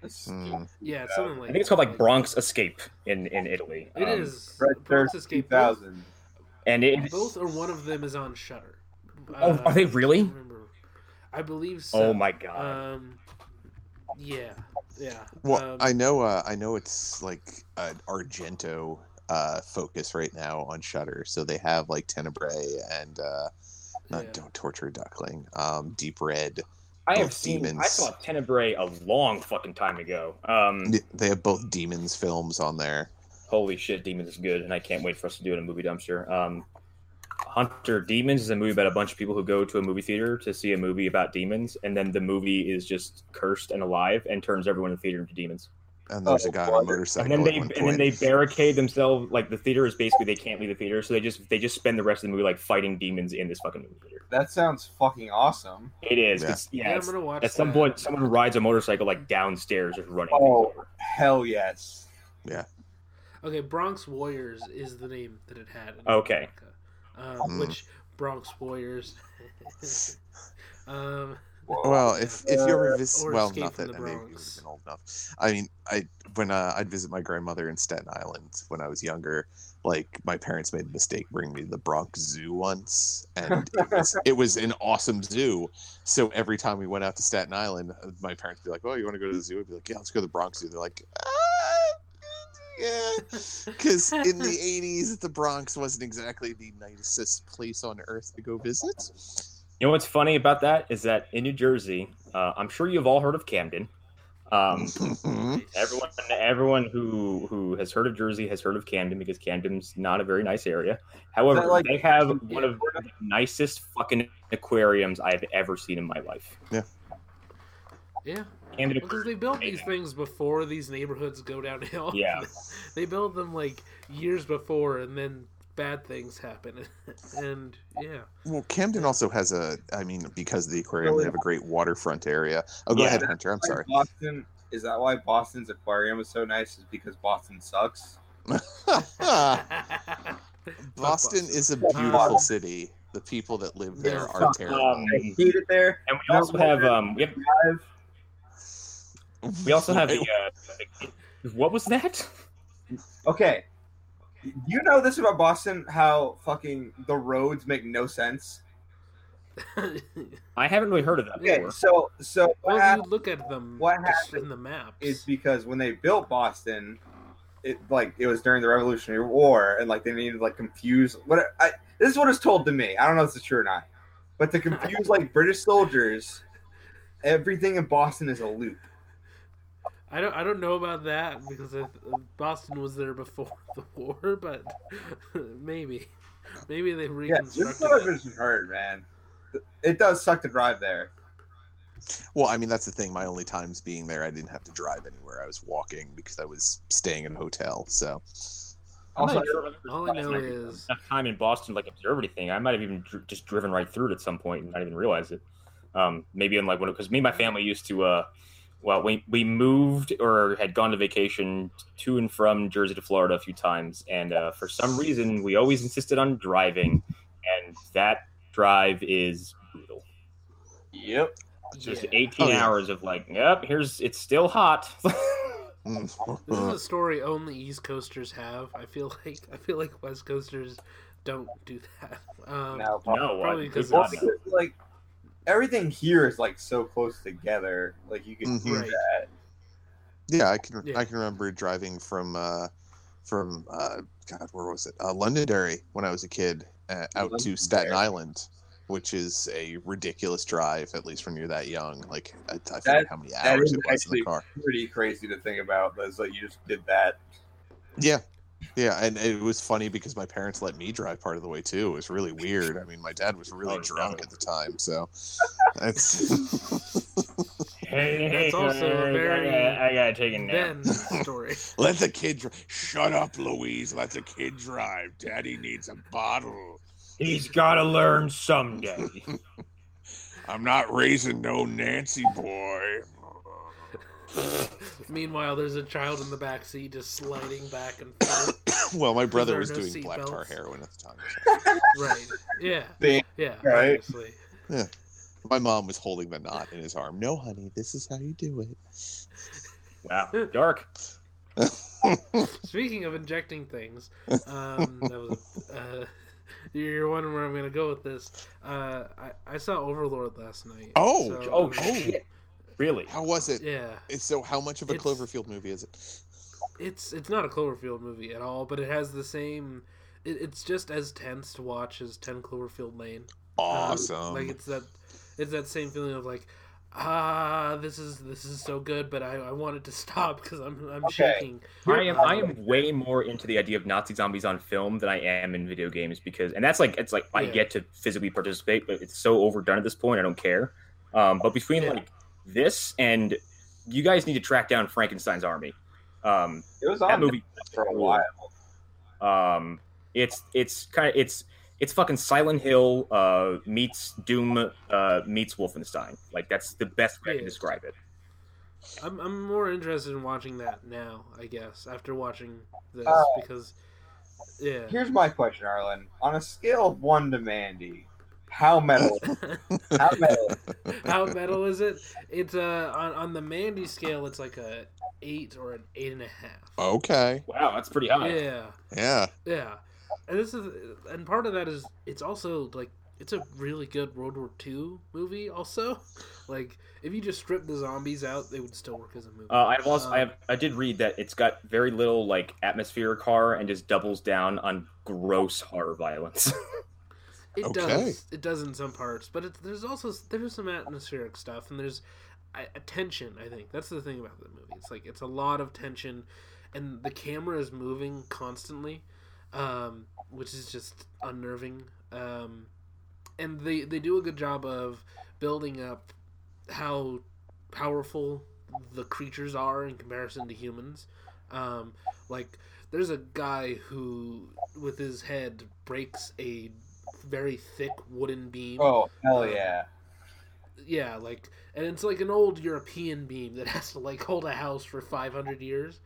That's
Hmm.
Yeah, it's something like
I think it's called like Bronx Escape in in Italy.
It
Um,
is
Red
Bronx
Thirst
Escape. Both,
2000.
and it,
both or one of them is on Shutter. Uh,
Oh, are they really?
I, don't remember. I believe so.
Oh my god.
Um, yeah, yeah.
Well,
um,
I know, uh, I know it's like an Argento uh, focus right now on Shutter, so they have like Tenebrae and uh, not
yeah.
Don't Torture a Duckling, um, Deep Red.
I
both
have seen I
demons.
saw Tenebrae a long fucking time ago. Um
They have both demons films on there.
holy shit, Demons is good and I can't wait for us to do it in a movie dumpster. Um Hunter Demons is a movie about a bunch of people who go to a movie theater to see a movie about demons, and then the movie is just cursed and alive and turns everyone in the theater into demons.
And there's
Oh,
a guy on a
wonder-
and
motorcycle
then they
at one
and then
point.
they barricade themselves like the theater is basically they can't leave the theater, so they just they just spend the rest of the movie like fighting demons in this fucking movie theater.
That sounds fucking awesome.
It is.
Yeah.
It's, yeah,
yeah, I'm
it's-
gonna watch.
at some
that.
point someone rides a motorcycle like downstairs just running
Oh.
things over.
Hell yes.
Okay, Bronx Warriors is the name that it had. in
Okay.
America. Um,
Hmm.
Which Bronx Warriors? [laughs] um,
Well, if if you ever visit,
uh, or
well,
Escape
not
from
that
the
any of you would
Bronx.
have been old enough. I mean, I when uh, I'd visit my grandmother in Staten Island when I was younger, like my parents made the mistake bringing me to the Bronx Zoo once, and it
[laughs]
was, it was an awesome zoo. So every time we went out to Staten Island, uh, my parents would be like, "Oh, you want to go to the zoo?" I'd be like, "Yeah, let's go to the Bronx Zoo." They're like, "Ah, yeah." Because in
[laughs]
the 80s, the Bronx wasn't exactly the nicest place on earth to go visit.
You know what's funny about that is that in New Jersey, uh, I'm sure you've all heard of Camden. Um, everyone, everyone who who has heard of Jersey has heard of Camden because Camden's not a very nice area. However,
Is that like-
they have one of the nicest fucking aquariums I've ever seen in my life.
yeah,
Camden
because they built these
amazing.
things before these neighborhoods go downhill.
Yeah.
[laughs] they built them like years before, and then bad things happen. [laughs] and yeah,
Well, Camden also has a. I mean, because of the aquarium, they have a great waterfront area. Oh, go
Yeah.
ahead, Hunter. I'm
[laughs]
sorry.
Boston is that why Boston's aquarium is so nice? Is because Boston sucks.
[laughs] Boston is a beautiful
Um,
city. The people that live
Yeah,
there are
fuck,
terrible.
um,
I hate it there.
And we also have um, we have
I've,
we also have the, uh, the- what was that?
okay, you know this about Boston? How fucking the roads make no sense. [laughs]
I haven't really heard of that
Yeah,
before.
Okay, so so what
well, you
happened
look at them
what
just
happened
in the maps.
is because when they built Boston, it like it was during the Revolutionary War, and like they needed like confuse what I this is what is told to me. I don't know if this is true or not, but to confuse like British soldiers, everything in Boston is a loop.
I don't I don't know about that because I, Boston was there before [laughs] the war, but [laughs] maybe maybe they
Yeah,
reconstructed.
this
it.
television hurt, man. It does suck to drive there.
Well, I mean, that's the thing. My only times being there, I didn't have to drive anywhere. I was walking because I was staying in a hotel. So,
I'm
Also,
not sure if I've
all I
ever-
know is-
enough time in Boston, to, like observe anything. I might have even dr- just driven right through it at some point and not even realize it. Um, maybe in like one because me and my family used to. Uh, well, we we moved or had gone to vacation to and from Jersey to Florida a few times, and uh, for some reason we always insisted on driving, and that drive is brutal.
yep.
Just
Yeah.
18
Oh, yeah.
hours of like, yep, here's it's still hot. [laughs]
Mm.
This is a story only East Coasters have. I feel [laughs] like I feel like West Coasters don't do that. Um,
Now,
no, uh,
Probably
I-
'cause
God,
Well,
it's-
no.
because, like everything here is like so close together. Like you can do
Right.
that.
yeah, I can
Yeah.
I can remember driving from uh, from uh, God, where was it? Uh, Londonderry when I was a kid uh, out to Staten
Londonderry.
Island, which is a ridiculous drive. At least when you're that young, like I, I forget
That-
how many
that
hours
is
it was in
actually-
the car.
Pretty crazy to think about. That's like you just did that.
Yeah. Yeah, and it was funny because my parents let me drive part of the way too. It was really weird. I mean, my dad was really
Oh,
drunk
no.
at the time, so it's
Hey, hey,
That's also a
guys,
very-
I gotta, I gotta take a nap.
Ben story. [laughs]
Let the kid dri- Shut up, Louise. Let the kid drive. Daddy needs a bottle.
He's got to learn someday.
I'm not raising no Nancy boy.
Meanwhile, there's a child in the back seat just sliding back and
[laughs]
forth.
well, my
there
brother was
no
doing
seat
black tar
belts?
heroin at the time.
right. Yeah.
Big,
Yeah.
Right.
Obviously.
My mom was holding the
[sighs]
knot in his arm. No, honey, this is how you do it.
[laughs]
[laughs]
wow, dark.
Speaking of injecting things, um, that was uh, you're wondering where I'm gonna go with this. Uh, I, I saw Overlord last night.
Oh,
so-
Oh shit! Really?
How was it?
Yeah,
It's so how much of a
It's-
Cloverfield movie is it?
it's it's not a Cloverfield movie at all, but it has the same. It, it's just as tense to watch as Ten Cloverfield Lane. Um,
Awesome.
like it's that, it's that same feeling of like, ah, this is this is so good, but I, I want it to stop because I'm I'm
Okay.
shaking.
I am. I am way more into the idea of Nazi zombies on film than I am in video games because, and that's like it's like I
Yeah.
get to physically participate, but it's so overdone at this point. I don't care. Um, but between
Yeah.
like this and you guys need to track down Frankenstein's Army. Um,
it was
that
on
movie
for a while.
Um, it's it's kind of it's it's fucking Silent Hill uh, meets Doom uh, meets Wolfenstein. Like that's the best way I
Yeah.
can describe it.
I'm, I'm more interested in watching that now, I guess, after watching this
Uh,
because yeah.
Here's my question, Arlen. On a scale of one to Mandy, how metal? how metal?
[laughs] How metal is it? It's uh on, on the Mandy scale it's like a eight or an eight and a half.
okay.
Oh, Wow, that's pretty high.
Yeah.
Yeah.
Yeah. And this is and part of that is it's also like it's a really good World War II movie also. [laughs] Like if you just strip the zombies out, they would still work as a movie.
Uh, I've also I
Um,
have I did read that it's got very little like atmospheric horror and just doubles down on gross horror violence. [laughs]
It
Okay.
does. It does in some parts, but it's there's also there's some atmospheric stuff, and there's I- a tension. I think that's the thing about the movie. It's like it's a lot of tension, and the camera is moving constantly, um, which is just unnerving. Um, and they they do a good job of building up how powerful the creatures are in comparison to humans. Um, like there's a guy who with his head breaks a very thick wooden beam.
Oh hell yeah!
Yeah, like and it's like an old European beam that [laughs] has to like hold a house for 500 years.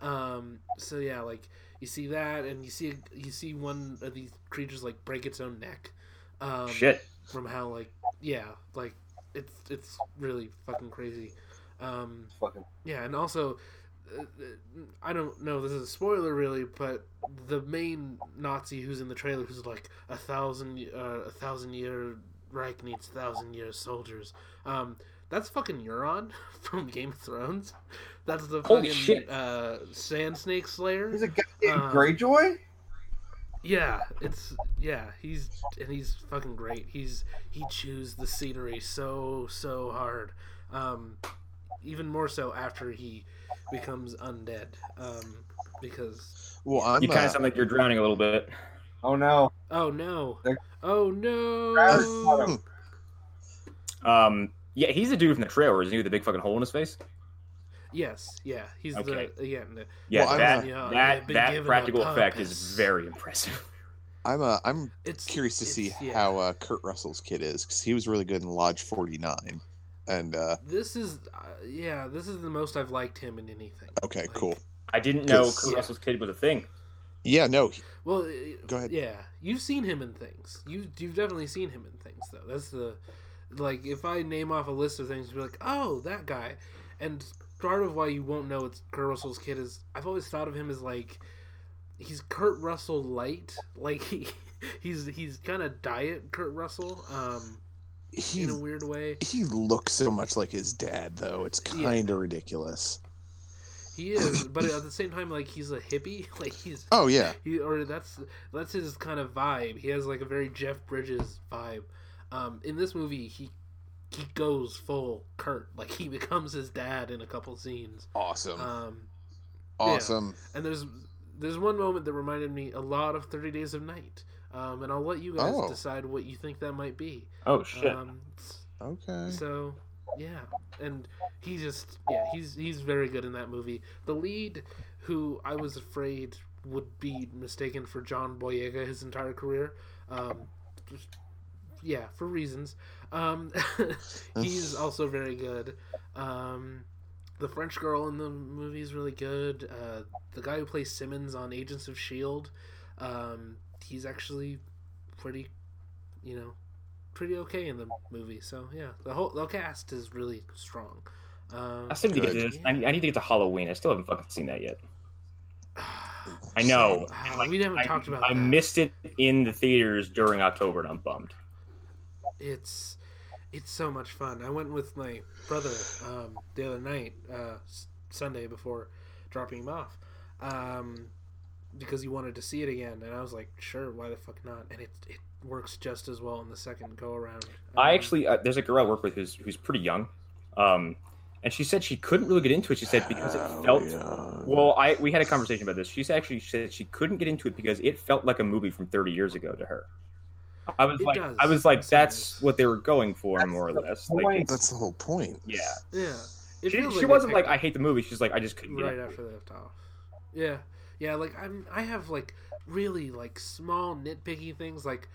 Um so yeah, like you see that and you see you see one of these creatures like break its own neck. Um
Shit.
from how like yeah, like it's it's really fucking crazy. Um
Fucking
yeah, and also, uh, I don't know. This is a spoiler, really, but the main Nazi who's in the trailer, who's like a thousand, uh, a thousand year Reich needs thousand year soldiers. Um, that's fucking Euron [laughs] from Game of Thrones. That's the
Holy
fucking
shit.
Uh, Sand Snake Slayer.
he's a goddamn
Uh,
Um,
Greyjoy.
Yeah, it's yeah. He's and he's fucking great. He's he chews the scenery so so hard. Um, even more so after he becomes undead. Um, because
Well, I'm
you kind
uh,
of sound like you're drowning a little bit.
Oh no.
oh no,
There-
oh
Travis-
[clears throat]
no,
hmm,
Um, yeah, he's the dude from the trailer, isn't he? With the big fucking hole in his face.
yes, yeah, he's the
Okay.
yeah. No.
Yeah,
Well, I'm,
that
uh,
Yeah, they've
that
been
that
given a
practical effect is
purpose.
very impressive. [laughs]
I'm uh, I'm
It's
curious to
it's-
see
yeah.
how uh, Kurt Russell's kid is because he was really good in Lodge 49. And uh,
This is uh, yeah, this is the most I've liked him in anything.
okay,
Like,
cool.
I didn't know
Yes.
Kurt Russell's kid was a thing.
Yeah, no, he-
Well, uh,
Go ahead.
Yeah, you've seen him in things. You you've definitely seen him in things though. That's the like if I name off a list of things, you'd be like, oh, that guy. And part of why you won't know it's Kurt Russell's kid is I've always thought of him as like he's Kurt Russell light. [laughs] Like he he's he's kind of diet Kurt Russell. Um,
he
in a weird way,
he looks so much like his dad though. It's
Yeah.
kind of ridiculous.
he is. But at the same time, like he's a hippie. [laughs] Like he's
Oh yeah,
he or that's that's his kind of vibe. He has like a very Jeff Bridges vibe. Um, in this movie, he he goes full Kurt, like he [laughs] becomes his dad in a couple scenes.
awesome,
Um,
awesome.
and there's there's one moment that reminded me a lot of Thirty Days of Night. Um, and I'll let you guys
Oh.
decide what you think that might be.
Oh shit!
Um,
Okay,
so yeah, and he just yeah he's he's very good in that movie. The lead, who I was afraid would be mistaken for John Boyega his entire career, um, just, yeah for reasons. Um, [laughs] he's also very good. Um, the French girl in the movie is really good. Uh, the guy who plays Simmons on Agents of Shield, E um, he's actually pretty, you know, pretty okay in the movie. So yeah, the whole the cast is really strong. Um,
I still need to get
Good.
to this. I,
[sighs]
I need to get to Halloween. I still haven't fucking seen that yet. I know.
Ah,
And, like,
[sighs] we haven't
I,
talked about.
Oh, I
that.
missed it in the theaters during October, and I'm bummed.
It's it's so much fun. I went with my brother um, the other night, uh, s- Sunday before dropping him off, um, because he wanted to see it again, and I was like, sure, why the fuck not? And it it works just as well in the second go around. Um,
I actually uh, there's a girl I work with who's who's pretty young, um, and she said she couldn't really get into it. She said because
Oh,
Oh,
it felt well. I we had a conversation about this. She's actually said she couldn't get into it because it felt like a movie from 30 years ago to her. I was
It
like,
does
I was like,
in some
that's
ways.
what they were going for, more or less. Like,
Wait,
That's the whole point.
yeah,
yeah.
she,
It feels
she
they
wasn't like
picked
I hate the movie. She's like I just couldn't. Get
right
into
after
it.
they left off. Yeah, yeah. Like I'm, I have like really like small nitpicky things. Like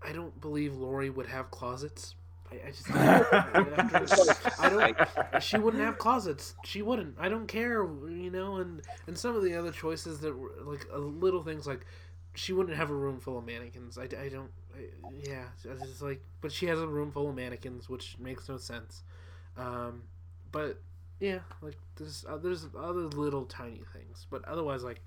I don't believe Lori would have closets. I,
[laughs]
I just I don't. She wouldn't have closets. She wouldn't. I don't care. You know, and and some of the other choices that were like uh, little things like she wouldn't have a room full of mannequins. I, I don't. I, yeah, it's just like, but she has a room full of mannequins, which makes no sense. Um, but yeah, like there's uh, there's other little tiny things, but otherwise, like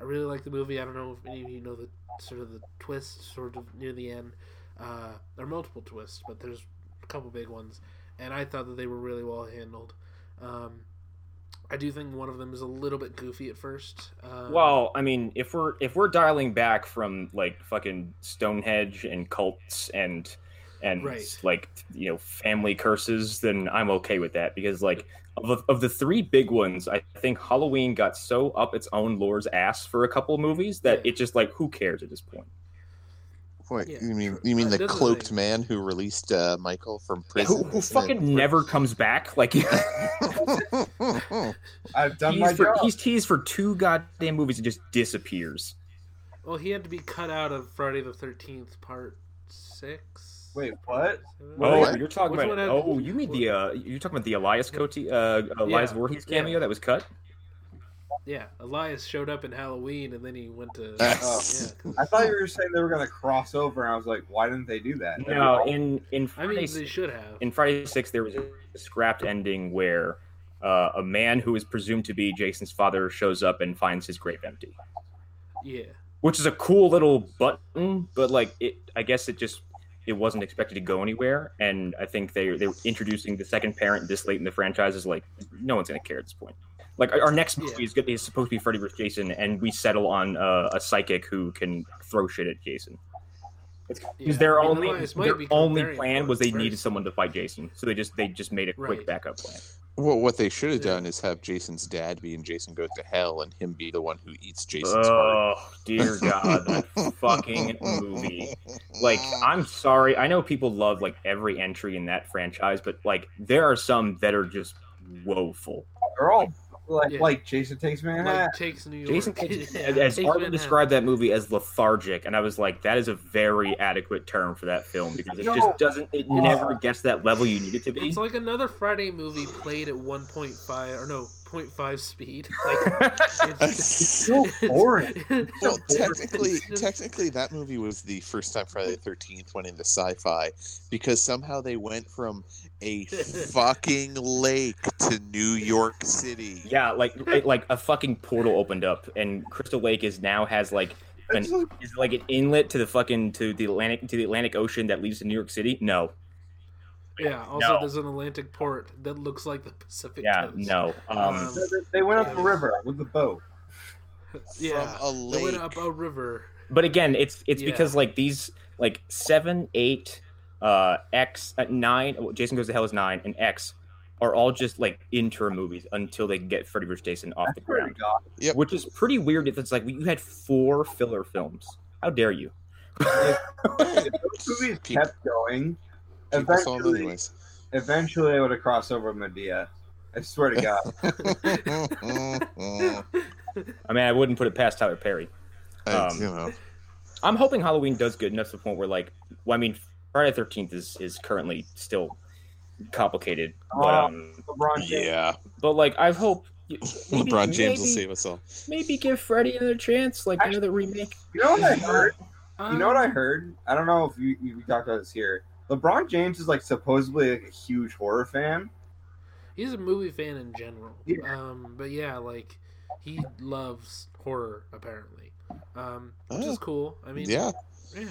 I really like the movie. I don't know if any of you know the sort of the twist, sort of near the end. Uh, there are multiple twists, but there's a couple big ones, and I thought that they were really well handled. Um, I do think one of them is a little bit goofy at first. Um,
Well, I mean, if we're if we're dialing back from like fucking Stonehenge and cults and and
Right.
like you know family curses, then I'm okay with that because like of the, of the three big ones, I think Halloween got so up its own lore's ass for a couple movies that
Yeah.
it just like who cares at this point.
Wait,
Yeah,
you mean
sure.
you mean
Uh,
the
that's the
cloaked
thing.
man who released uh, Michael from prison?
Who, who
His name- [laughs]
fucking never comes back? Like [laughs] he's
I've done my
for,
job.
he's teased for two goddamn movies and just disappears.
Well, he had to be cut out of Friday the Thirteenth Part Six.
Wait, what?
Seven?
Oh,
What?
you're talking
Which
about.
one had-
oh, you mean the uh, you're talking about the Elias Cote, uh, Elias
Yeah,
Voorhees
yeah.
cameo that was cut.
Yeah, Elias showed up in Halloween, and then he went to.
Oh,
yeah,
I thought you were saying they were gonna cross over, and I was like, why didn't they do that? That'd
No,
be
in in
I
Friday
mean,
s-
they should have.
in Friday Six there was a scrapped ending where uh, a man who is presumed to be Jason's father shows up and finds his grave empty,
Yeah,
which is a cool little button. But like it, I guess it just it wasn't expected to go anywhere. And I think they they're introducing the second parent this late in the franchise is like no one's gonna care at this point. Like our our next movie
Yeah.
is, gonna, is supposed to be Freddy vs. Jason, and we settle on uh, a psychic who can throw shit at Jason.
yeah.
Because their
I mean,
only
Elias might
their
become
only
very
plan was they
important
needed
first.
someone to fight Jason, so they just they just made a
Right.
quick backup plan.
Well, what they should have
Yeah.
done is have Jason's dad be in Jason Goes to Hell and him be the one who eats Jason's
Uh, [laughs]
heart.
Oh dear God, that fucking movie! Like, I'm sorry. I know people love like every entry in that franchise, but like there are some that are just woeful.
They're all like
Yeah.
like Jason Takes Manhattan.
Like takes New York.
Jason, takes,
[laughs] Yeah,
as
takes
Arlen
Manhattan.
described that movie as lethargic, and I was like, that is a very adequate term for that film because it
Yo.
just doesn't. It
Yeah.
never gets that level you need it to be.
It's like another Friday movie played at 1.5 or no
[laughs]
0.5 speed. Like [laughs] it's,
It's so boring.
well, technically, technically, that movie was the first time Friday the Thirteenth went into sci-fi because somehow they went from a fucking lake to New York City.
yeah, like it, like a fucking portal opened up, and Crystal Lake is now has like an
It's like,
is it like an inlet to the fucking to the Atlantic to the Atlantic Ocean that leads to New York City? No.
yeah. Also,
No.
there's an Atlantic port that looks like the Pacific.
Yeah,
coast.
no. Um,
Um,
they- "Ah." they went up the river with the boat.
[laughs] Yeah.
from a
They
lake.
went up a river.
but again, it's it's
Yeah.
because like these like seven, eight, uh, X uh, nine. well, Jason goes to hell is nine, and X are all just like interim movies until they can get Freddy vs. Jason off the
I swear to
ground,
God.
Yep.
which is pretty weird. If it's like you had four filler films, how dare you?
If those movies
People-
kept going,
People saw them
eventually,
anyways.
eventually they would have crossed over Medea. I swear to God.
[laughs] I,
I mean, I wouldn't put it past Tyler Perry. Um,
you know,
I'm hoping Halloween does good enough to the point where, like, well, I mean, Friday the 13th is, is currently still complicated, but
Oh.
um,
LeBron James.
yeah.
but like, I hope maybe-
LeBron James will
maybe-
save us all.
Maybe give Freddy another chance, like
Actually-
another remake.
You know what I heard?
Um,
You know what I heard? I don't know if you, you talked about this here. LeBron James is like supposedly like a huge horror fan.
He's a movie fan in general.
Yeah.
Um, but yeah, like he loves horror apparently, um, which
Oh.
is cool. I mean,
yeah.
yeah.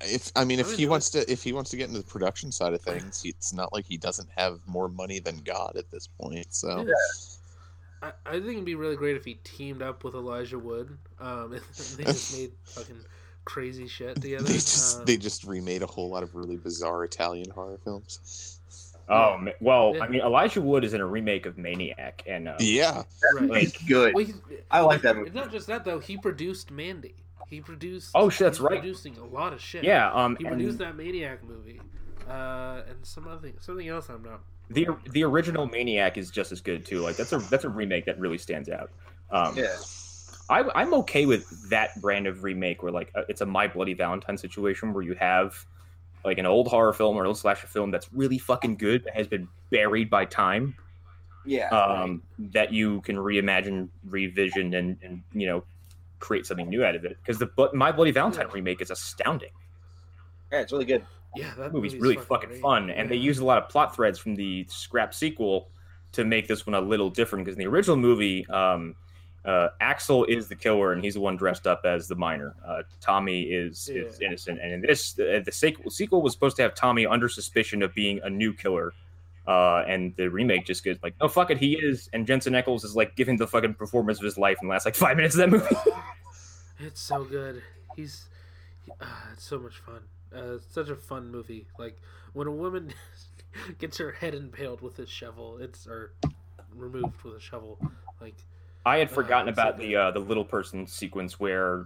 If I mean,
I
if
would
he
do
wants to, if he wants to get into the production side of things, he- it's not like he doesn't have more money than God at this point. So
Yeah. I, I think it'd be really great if he teamed up with Elijah Wood. Um, [laughs] and
[laughs]
they just made fucking crazy shit
[laughs]
together.
they just
Um,
they just remade a whole lot of really bizarre Italian horror films.
Oh ma- well,
Yeah.
I mean, Elijah Wood is in a remake of Maniac, and uh,
Yeah,
right.
Like-
He's good.
Well, he-
I like that movie.
It's not just that though. He produced Mandy. He produced.
Oh, shit, that's
he's
right.
Producing a lot of shit.
yeah, um,
He
and
produced that Maniac movie, uh, and some other thing, something else. I'm not.
the the original Maniac is just as good too. Like that's a that's a remake that really stands out. Um,
Yeah.
I, I'm okay with that brand of remake where like uh, it's a My Bloody Valentine situation where you have like an old horror film or an old slasher film that's really fucking good that has been buried by time
Yeah.
um, that you can reimagine, revision, and and you know create something new out of it because the but My Bloody Valentine remake is astounding.
yeah, it's really good.
Yeah, that
That movie's really fucking,
great.
fun, and they
Yeah.
used a lot of plot threads from the scrap sequel to make this one a little different. Because in the original movie, um, uh, Axel is the killer, and he's the one dressed up as the miner. Uh, Tommy is, is
Yeah.
innocent, and in this, the, the sequel, sequel was supposed to have Tommy under suspicion of being a new killer. Uh, and the remake just goes like, "Oh fuck it, he is." And Jensen Ackles is like giving the fucking performance of his life in the last like five minutes of that movie.
It's so good. He's he- ah, it's so much fun. Uh, it's such a fun movie. Like when a woman [laughs] gets her head impaled with a shovel, it's or removed with a shovel. Like
I had
Uh,
forgotten
it's
about
like-
the uh, the little person sequence where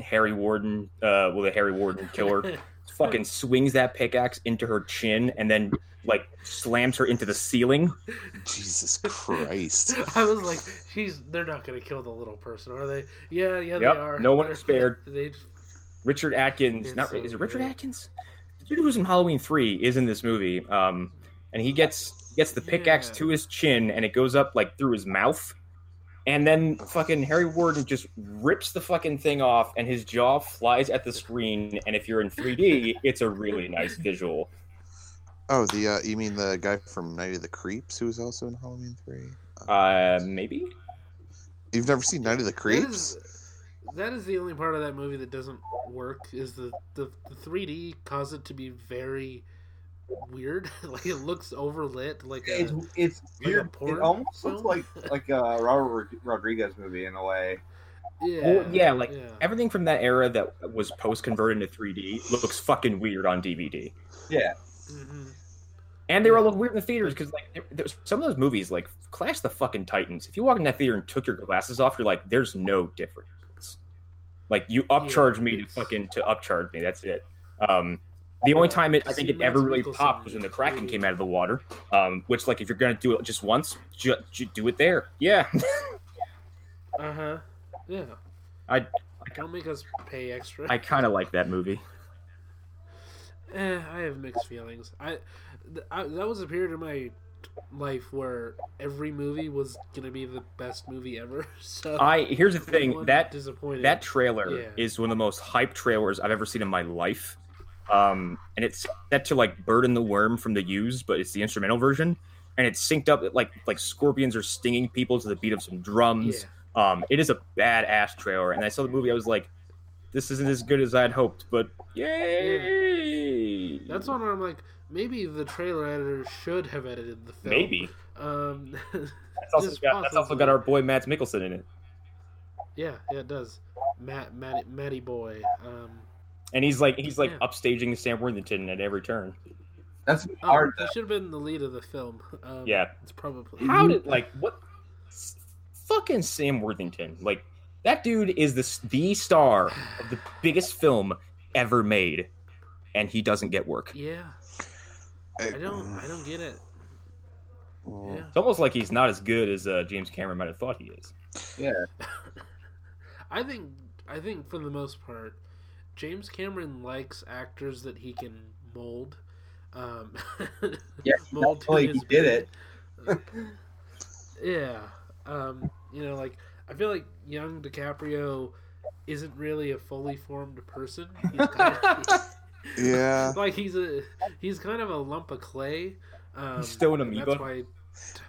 Harry Warden, uh, well, the Harry Warden
[laughs]
killer, fucking swings that pickaxe into her chin and then like slams her into the ceiling.
Jesus Christ.
[laughs] I was like, she's they're not gonna kill the little person, are they? Yeah, yeah,
Yep,
they are.
no one
They're-
is spared.
[laughs] They just-
Richard Atkins,
It's
not
so
is it Richard
good.
Atkins? The dude who was in Halloween Three is in this movie, um, and he gets gets the pickaxe
Yeah.
to his chin and it goes up like through his mouth. And then fucking Harry Warden just rips the fucking thing off, and his jaw flies at the screen. And if you're in 3D, it's a really nice visual.
[laughs] Oh, the uh, you mean the guy from Night of the Creeps who was also in Halloween three?
Uh, maybe.
You've never seen Night of the
that
Creeps?
is, that is the only part of that movie that doesn't work. Is the the the three D caused it to be very weird? [laughs] like it looks overlit. Like a,
It's it's
a
weird.
porn
it almost
film?
looks like like a Robert Rod- Rodriguez movie in a way.
yeah,
Well, yeah, like,
yeah.
Everything from that era that was post converted into 3D looks fucking weird on DVD.
Yeah.
Mhm.
And they were all looking weird in the theaters because like there, there's some of those movies like Clash of the fucking Titans. If you walk in that theater and took your glasses off, you're like, there's no difference. Like you upcharge me to
it's-
fucking to upcharge me. That's it. Um, the only time it, I think
See,
it ever
Mads
really
Mikkelsen
popped was when the
is
Kraken
great.
came out of the water. Um, which like if you're gonna do it just once, ju- ju- do it there. Yeah, [laughs]
Uh huh. Yeah.
I-
don't make us pay extra.
I kind of like that movie.
Eh, I have mixed feelings. I, th- I that was a period of my life where every movie was gonna be the best movie ever. [laughs] So
I here's the thing
one
that
disappointed
That trailer
Yeah.
is one of the most hype trailers I've ever seen in my life. Um, and it's set to like Bird and the Worm from the Used, but it's the instrumental version. And it's synced up like like scorpions are stinging people to the beat of some drums.
Yeah.
Um, it is a badass trailer. And I saw the movie, I was like, this isn't as good as I'd hoped, but yay!
That's one where I'm like, maybe the trailer editor should have edited the film.
Maybe.
Um, [laughs]
That's also,
It's
got, that's also
possible.
got our boy Mads Mikkelsen in it.
yeah, yeah, it does. Matt, Matt, Matty boy. Um,
And he's like he's like
Yeah.
upstaging Sam Worthington at every turn.
That's
oh,
hard though.
he should have been the lead of the film. Um,
Yeah.
it's probably.
How did like what? s- Fucking Sam Worthington, like that dude is the s- the star of the biggest film ever made, and he doesn't get work.
Yeah, I don't, I don't get it.
Uh,
Yeah.
It's almost like he's not as good as uh, James Cameron might have thought he is.
I think I think for the most part, James Cameron likes actors that he can mold. Um, [laughs]
Yeah,
mold to
like he
his
did it.
mood. yeah, um, you know, like I feel like young DiCaprio isn't really a fully formed person.
[laughs]
He's kind of,
Yeah.
like he's a he's kind of a lump of clay. Um,
still an
and
amoeba.
That's why,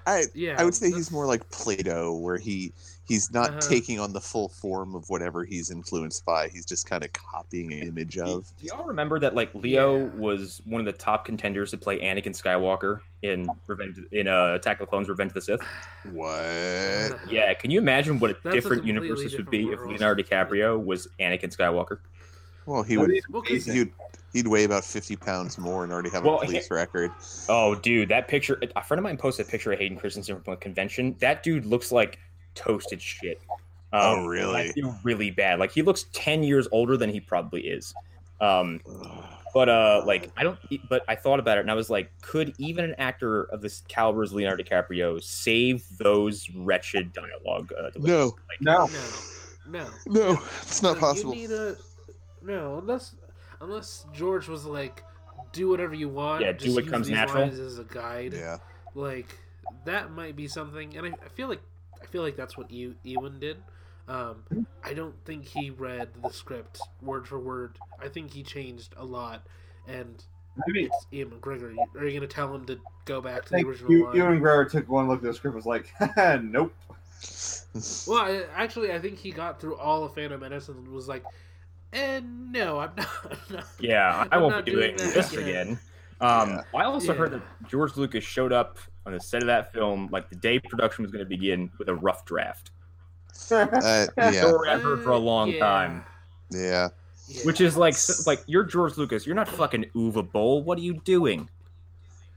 I
yeah,
I would say
that's-
he's more like Plato, where he he's not
Uh-huh.
taking on the full form of whatever he's influenced by. He's just kind of copying an image
Do,
of.
do y'all remember that like Leo
Yeah.
was one of the top contenders to play Anakin Skywalker in Revenge in uh, Attack of the Clones: Revenge of the Sith?
What?
[laughs] Yeah, can you imagine what a
a
different
completely
universe this would be
different
if
world.
Leonardo DiCaprio was Anakin Skywalker?
Well, he
That'd
would
be
Well, 'cause
amazing.
he'd he'd weigh about fifty pounds more and already have
Well,
a police record.
Oh, dude, that picture. A friend of mine posted a picture of Hayden Christensen from a convention. That dude looks like toasted shit.
Oh, really?
like, dude, really bad. Like he looks ten years older than he probably is. Um, but uh, like I don't. But I thought about it and I was like, could even an actor of this caliber as Leonardo DiCaprio save those wretched dialogue? Uh, deliveries?
No,
No,
no, no.
no, it's not
No,
possible.
You need a no, unless unless George was like, do whatever you want.
Yeah, do
just
what
use
comes
these
natural."
lines as a guide.
Yeah.
Like that might be something, and I, I feel like I feel like that's what e- Ewan did. Um, I don't think he read the script word for word. I think he changed a lot, and
maybe.
it's Ian McGregor. Are you going to tell him to go back to
I
the
think
original
you,
line?
you and Grover took one look at the script and was like, [laughs] nope.
Well, I, actually, I think he got through all of Phantom Menace and was like, "And no, I'm [laughs] not." I'm not
Yeah, I
I'm
won't
not
be
doing
doing
that
this
again.
again. Um,
Yeah.
I also heard
Yeah.
that George Lucas showed up on the set of that film like the day production was going to begin with a rough draft.
[laughs]
Uh, yeah,
Forever for a long
Mm, Uh, Yeah.
time,
yeah.
Yeah.
which is like s- like you're George Lucas. You're not fucking Uva Bowl. What are you doing?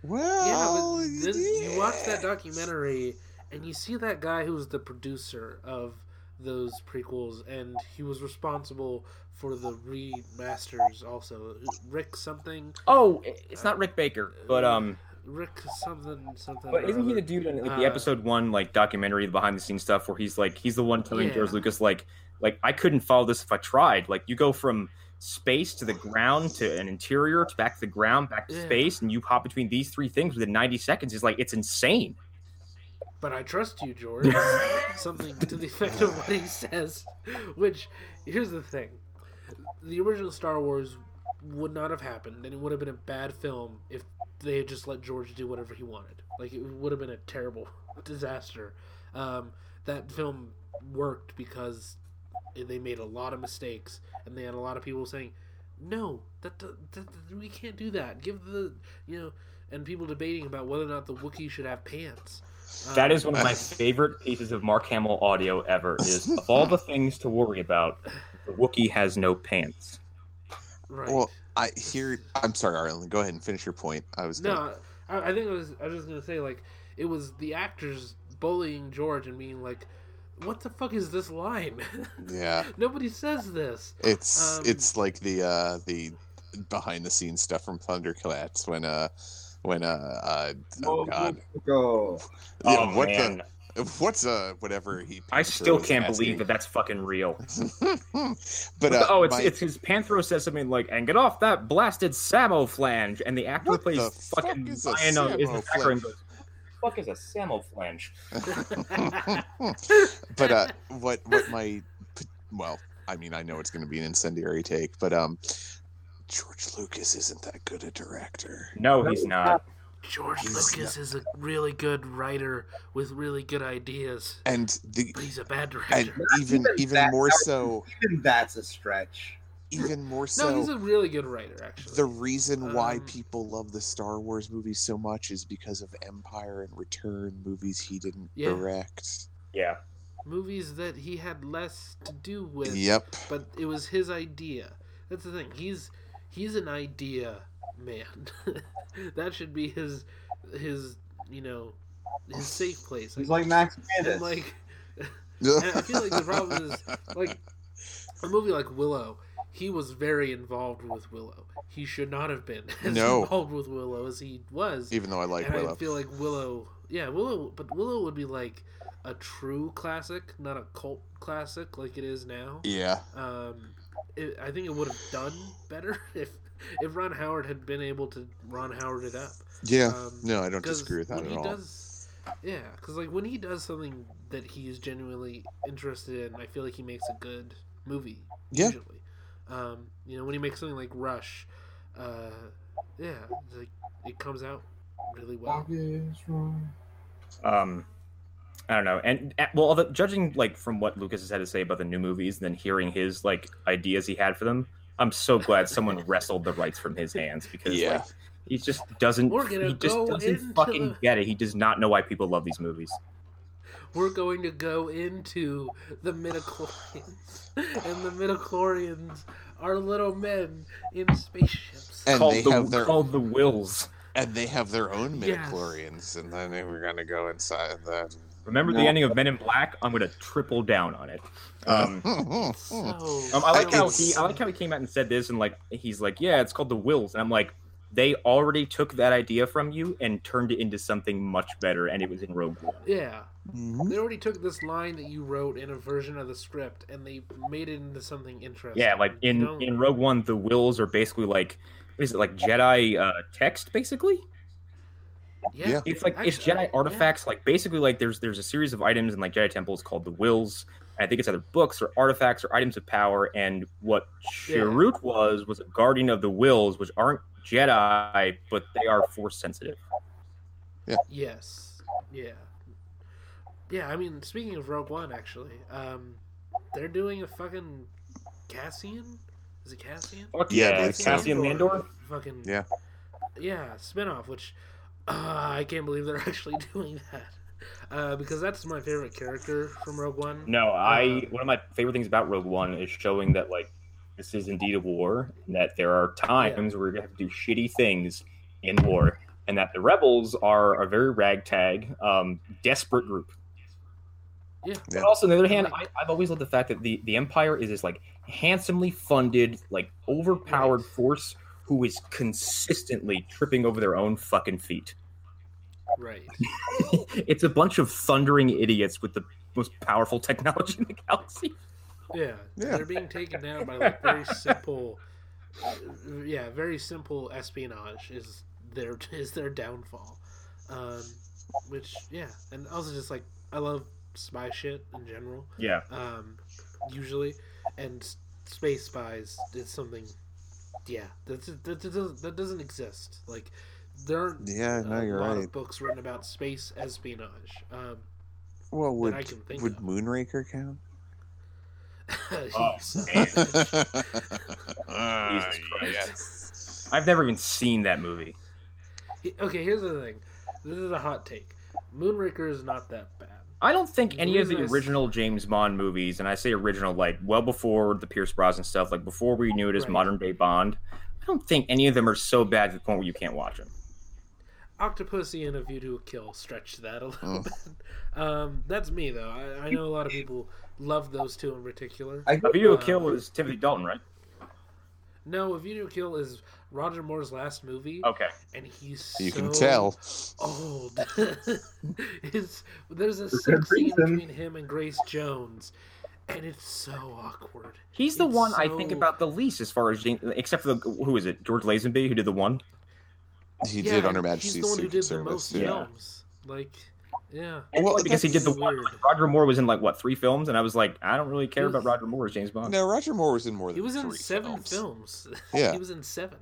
Yeah,
Well,
but then you watch that
yeah.
documentary and you see that guy who was the producer of those prequels and he was responsible for the remasters also. Rick something.
Oh, i- it's not Rick Baker, but um,
Rick something something.
but
or
isn't he
other.
the dude in like
Uh,
the episode one like documentary, the behind the scenes stuff, where he's like he's the one telling
Yeah.
George Lucas like like I couldn't follow this if I tried. Like you go from space to the ground to an interior to back to the ground back to
Yeah.
space and you hop between these three things within 90 seconds It's like it's insane
But I trust you, George. Something to the effect of what he says. Which, here's the thing the original Star Wars would not have happened, and it would have been a bad film if they had just let George do whatever he wanted. Like, it would have been a terrible [laughs] disaster. Um, that film worked because they made a lot of mistakes, and they had a lot of people saying, no, that, that, that we can't do that. Give the, you know, and people debating about whether or not the Wookiee should have pants.
That
Um,
is one of my
[laughs]
favorite pieces of Mark Hamill audio ever. Is of all the things to worry about, the Wookiee has no pants.
Right.
Well, I hear. I'm sorry, Arlen. Go ahead and finish your point. I was. Gonna,
no, I, I think it was. I was just gonna say like it was the actors bullying George and being like, "What the fuck is this line? [laughs]
Yeah,
Nobody
[laughs]
says this." [laughs]
it's
Um,
it's like the uh the behind the scenes stuff from Thundercats when uh when uh, uh oh god
Go.
Oh,
what
man.
the [laughs] what's uh whatever he
I still
Panthro
can't
was
believe that that's fucking real.
asking. [laughs]
[laughs]
but uh,
oh, it's
my-
it's his Panthro says something like, "And get off that blasted samoflange," and the actor
What
plays
the fuck
fucking
is a
Ryan on- is in the background
samoflange?
goes, "What the fuck is a samoflange?"
[laughs]
[laughs]
but uh, what what my well, I mean, I know it's going to be an incendiary take, but um, George Lucas isn't that good a director.
No,
No,
he's
he's
not.
George
He's
Lucas is a really good writer with really good ideas,
And the
but he's a bad
and
director.
even
Even
even
that-
more so,
Even that's a stretch.
even more
no, he's
so,
a really good writer actually.
the reason why
Um,
people love the Star Wars movies so much is because of Empire and Return movies he didn't
Yeah.
direct.
Yeah,
Movies that he had less to do with,
Yep.
but it was his idea. That's the thing. He's he's an idea man. [laughs] that should be his his you know his safe place. I
He's like
guess.
Max
[laughs] And,
Landis.
like I feel like the
[laughs]
problem is like a movie like Willow. He was very involved with Willow. He should not have been [laughs] as
No.
involved with Willow as he was.
even though I like
and
Willow,
I feel like Willow, yeah, Willow, but Willow would be like a true classic, not a cult classic like it is now.
yeah,
Um, it, I think it would have done better [laughs] if if Ron Howard had been able to Ron Howard it up.
yeah.
Um,
no, I don't
'Cause
disagree with that
when
at
he
all.
Does, yeah, because like when he does something that he's genuinely interested in, I feel like he makes a good movie.
Yeah.
Usually, um, you know, when he makes something like Rush, uh, yeah, it's like it comes out really well.
um, I don't know. And uh, well, although, judging like from what Lucas has had to say about the new movies, and then hearing his like ideas he had for them, I'm so glad someone
[laughs]
wrestled the rights from his hands because
Yeah.
like, he just doesn't
We're gonna
he just
go
doesn't
into
fucking
the-
get it. He does not know why people love these movies.
We're going to go into the midichlorians, [laughs] and the midichlorians are little men in spaceships.
And
called
they
the
have their
called the Wills.
and they have their own
Yes.
midichlorians, and then they we're gonna go inside that.
Remember the
No.
ending of Men in Black? I'm gonna triple down on it. Um,
So,
um, I like
Uh, I
how
can
he I like how he came out and said this, and like he's like, yeah, it's called the Wills, and I'm like, they already took that idea from you and turned it into something much better, and it was in Rogue One.
yeah.
Mhm.
They already took this line that you wrote in a version of the script and they made it into something interesting.
Yeah, like in
You don't-
in Rogue One, the Wills are basically like, what is it like Jedi uh, text basically?
yeah,
yeah.
It's like it's
Actually,
Jedi artifacts. Like basically, like there's there's a series of items in like Jedi temples called the Wills. I think it's either books or artifacts or items of power. And what
Yeah.
Shirut was was a guardian of the Wills, which aren't Jedi, but they are Force sensitive.
Yes. Yeah. Yeah, I mean, speaking of Rogue One, actually, um, they're doing a fucking Cassian. Is it Cassian?
Fuck
Yeah, I believe so.
Uh, Cassian Landor.
Fucking
Yeah.
yeah, spinoff. Which uh, I can't believe they're [laughs] actually doing that uh, because that's my favorite character from Rogue One.
No, I
Um,
one of my favorite things about Rogue One is showing that like this is indeed a war, and that there are times where you have to do shitty things in war, and that the rebels are a very ragtag, um, desperate group.
Yeah.
But also, on the other hand, I,
Right.
I've always loved the fact that the the Empire is this like handsomely funded, like overpowered
Right.
force who is consistently tripping over their own fucking feet. [laughs]
Right.
it's a bunch of thundering idiots with the most powerful [laughs] technology in the galaxy.
Yeah.
Yeah.
They're being taken down by like very simple. uh, Yeah, very simple espionage is their [laughs] is their downfall. Um, which yeah, and also just like I love spy shit in general.
Yeah.
um, usually, and s- space spies is something. Yeah, that's, that, that doesn't that doesn't exist. Like there aren't
[laughs] Yeah, no,
Uh, a
you're
lot
right.
of books written about space espionage. Um, [laughs]
Well, would
I can think
would
of.
Moonraker
[laughs]
count? [laughs]
[laughs]
Oh, man.
Ah,
Uh,
Jesus Christ.
[laughs]
yes.
I've never even seen that movie.
He- okay, here's the thing. This is a hot take. Moonraker is not that bad.
I don't think any of the
Jesus.
original James Bond movies, and I say original like well before the Pierce Brosnan stuff, like before we knew it as
Right.
modern day Bond, I don't think any of them are so bad to the point where you can't watch them.
Octopussy and A View to a Kill stretched that a [laughs] little
Oh.
bit. Um, that's me though. I, I know a lot of people love those two in particular.
I
A View to a Kill was Timothy Dalton, right?
No, A View to a Kill is Roger Moore's last movie,
Okay.
and he's
Oh. You can
so
tell.
old. [laughs] It's- there's a sex scene
reason.
between him and Grace Jones, and it's so awkward.
He's the
It's
one I think
so-
about the least as far as Jane, except for the who is it George Lazenby who did the one.
He did on Her
and
Majesty's
He's the one who
Secret
did the
Service.
most
yeah.
films. Like, yeah.
And
Well,
well, because he did
that's
the one.
weird.
like, Roger Moore was in like what three films, and I was like, I don't really care
was-
about Roger Moore as James Bond.
No, Roger Moore was in more than
He was in
three
seven
films.
films. [laughs]
Yeah.
he was in seven.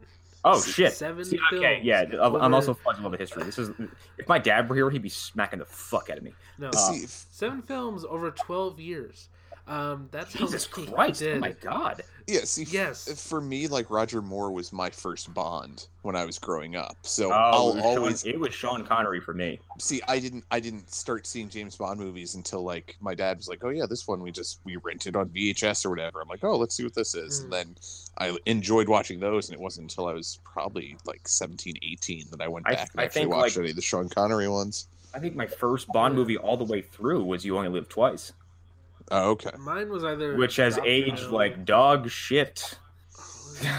oh shit!
Seven
See, okay,
films.
yeah, I'm- I'm
Over-
also fudging all the history. This is if my dad were here, he'd be smacking the fuck out of me.
No,
Uh,
See, f-
seven films over twelve years. Um, that's how
Jesus
many he
Christ! Oh
did.
my god!
yeah, see, f-
Yes.
for me, like Roger Moore was my first Bond when I was growing up. So
Oh, it
I'll
was
always
Sean, it was Sean Connery for me.
see. I didn't. I didn't start seeing James Bond movies until like my dad was like, "Oh yeah, this one we just we rented on VHS or whatever." I'm like, "Oh, let's see what this is."
Mm.
And then I enjoyed watching those, and it wasn't until I was probably like 17, 18 that I went
I-
back and
I
actually
think,
watched
like-
any of the Sean Connery ones.
I think my first Bond movie all the way through was You Only Live Twice,
Oh, okay.
Mine was either
which has
Dr.
aged
No-
like dog shit
It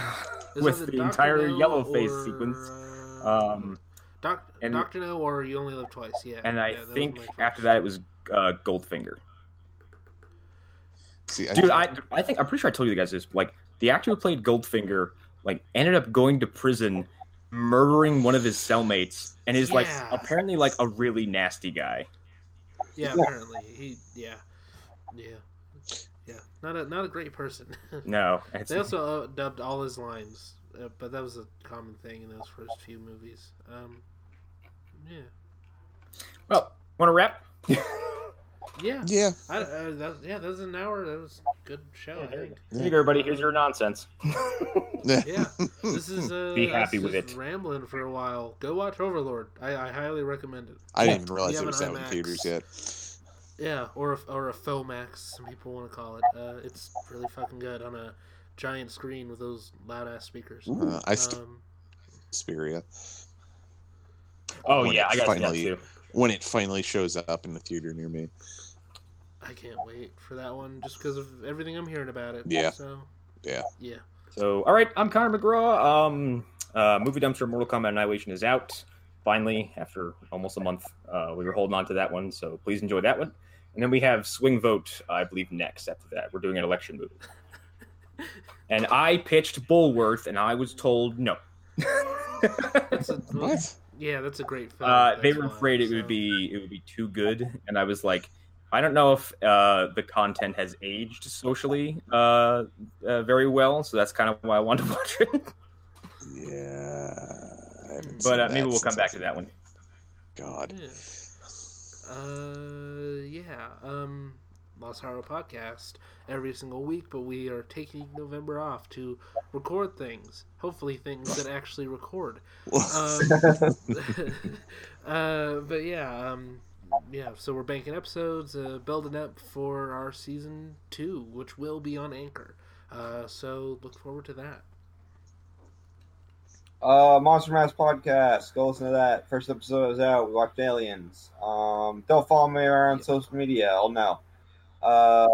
was
with
either
the
Dr.
entire
No
yellow face
or,
sequence.
uh,
Um,
Doc,
and-
Doctor No or You Only Live Twice. Yeah,
and I
yeah, that was
think
my first.
after that it was uh, Goldfinger.
See, [laughs] I,
Dude, I I think I'm pretty sure I told you guys this. but, Like the actor who played Goldfinger, like ended up going to prison, murdering one of his cellmates, and is like
Yeah.
apparently like a really nasty guy.
yeah,
Yeah.
apparently he, yeah, yeah, yeah, not a not a great person. [laughs]
No, it's,
They also uh, dubbed all his lines, uh, but that was a common thing in those first few movies. Um, yeah,
well, want to wrap?
yeah,
yeah.
I, uh, that, yeah. That was an hour. That was a good show.
Yeah,
I
there you
think.
Here you go, everybody. Here's your nonsense. Oh,
Yeah,
[laughs]
this is uh,
Be happy
us
with
just
it.
Rambling for a while. Go watch Overlord. I, I highly recommend it.
I didn't even
We
realize
have
it was
an
out in
IMAX.
theaters yet.
Yeah, or a, or a FOMAX, some people want to call it. Uh, it's really fucking good on a giant screen with those loud ass speakers.
Uh, I still
Um,
Xperia
Oh
When
yeah,
it
I got that
finally-
too.
when it finally shows up in the theater near me.
I can't wait for that one just because of everything I'm hearing about it.
Yeah.
So.
Yeah.
Yeah.
So, all right, I'm Connor McGraw. Um, uh, Movie Dumpster Mortal Kombat Annihilation is out finally after almost a month. Uh, we were holding on to that one, so please enjoy that one. And then we have Swing Vote, I believe, next after that. We're doing an election movie. and I pitched Bullworth, and I was told no.
That's a,
What?
Yeah, that's a great film.
uh, they
That's
were
why,
afraid it
so-
would be it would be too good, and I was like, I don't know if uh, the content has aged socially uh, uh, very well, so that's kind of why I wanted to watch it.
Yeah. I haven't
But
seen
uh, maybe
that
we'll come
since
back
I-
to that one.
[laughs]
God.
Yeah. Uh, yeah. Um, Lost Haro podcast every single week, but we are taking November off to record things. Hopefully, things that actually record. Um, [laughs] uh, but yeah, um, yeah. So we're banking episodes, uh, building up for our season two, which will be on Anchor. Uh, so look forward to that.
Uh, Monster Mass podcast. Go listen to that. First episode was out. We watched Aliens. Um, don't follow me around
Yeah.
social media. I'll know. Uh,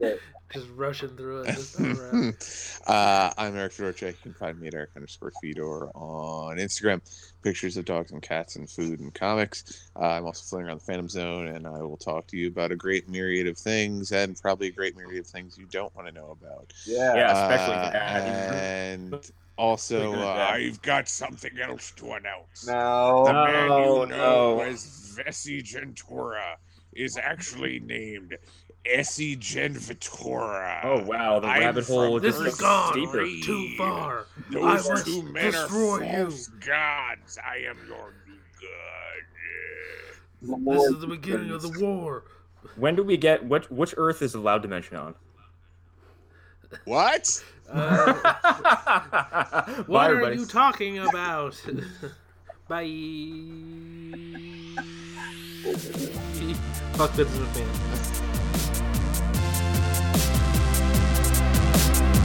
[laughs] Just rushing through it
[laughs]
this time around.
[laughs] uh, I'm Eric Fedorchak. You can find me at Eric underscore Fedor on Instagram. Pictures of dogs and cats and food and comics. Uh, I'm also floating around the Phantom Zone, and I will talk to you about a great myriad of things and probably a great myriad of things you don't want to know about.
yeah.
Yeah, especially
Uh,
the ad.
and
Pretty
also,
good at
uh,
that.
I've got something else to announce.
No.
The man
No,
you know
no.
as Vessi Gentora is actually named Essie Gen Vitora.
Oh wow, the
I'm
rabbit hole
from
This
just
is
Earth's
got
gone
steeper.
Three.
too far.
Those
I must
two men are
destroy you.
false gods. I am your new god.
This is the beginning of the
[laughs]
war.
When do we get which which Earth is the loud dimension
[laughs]
on?
what?
Uh,
Bye,
what are
everybody.
you talking about? [laughs] Bye. Fuck business fan.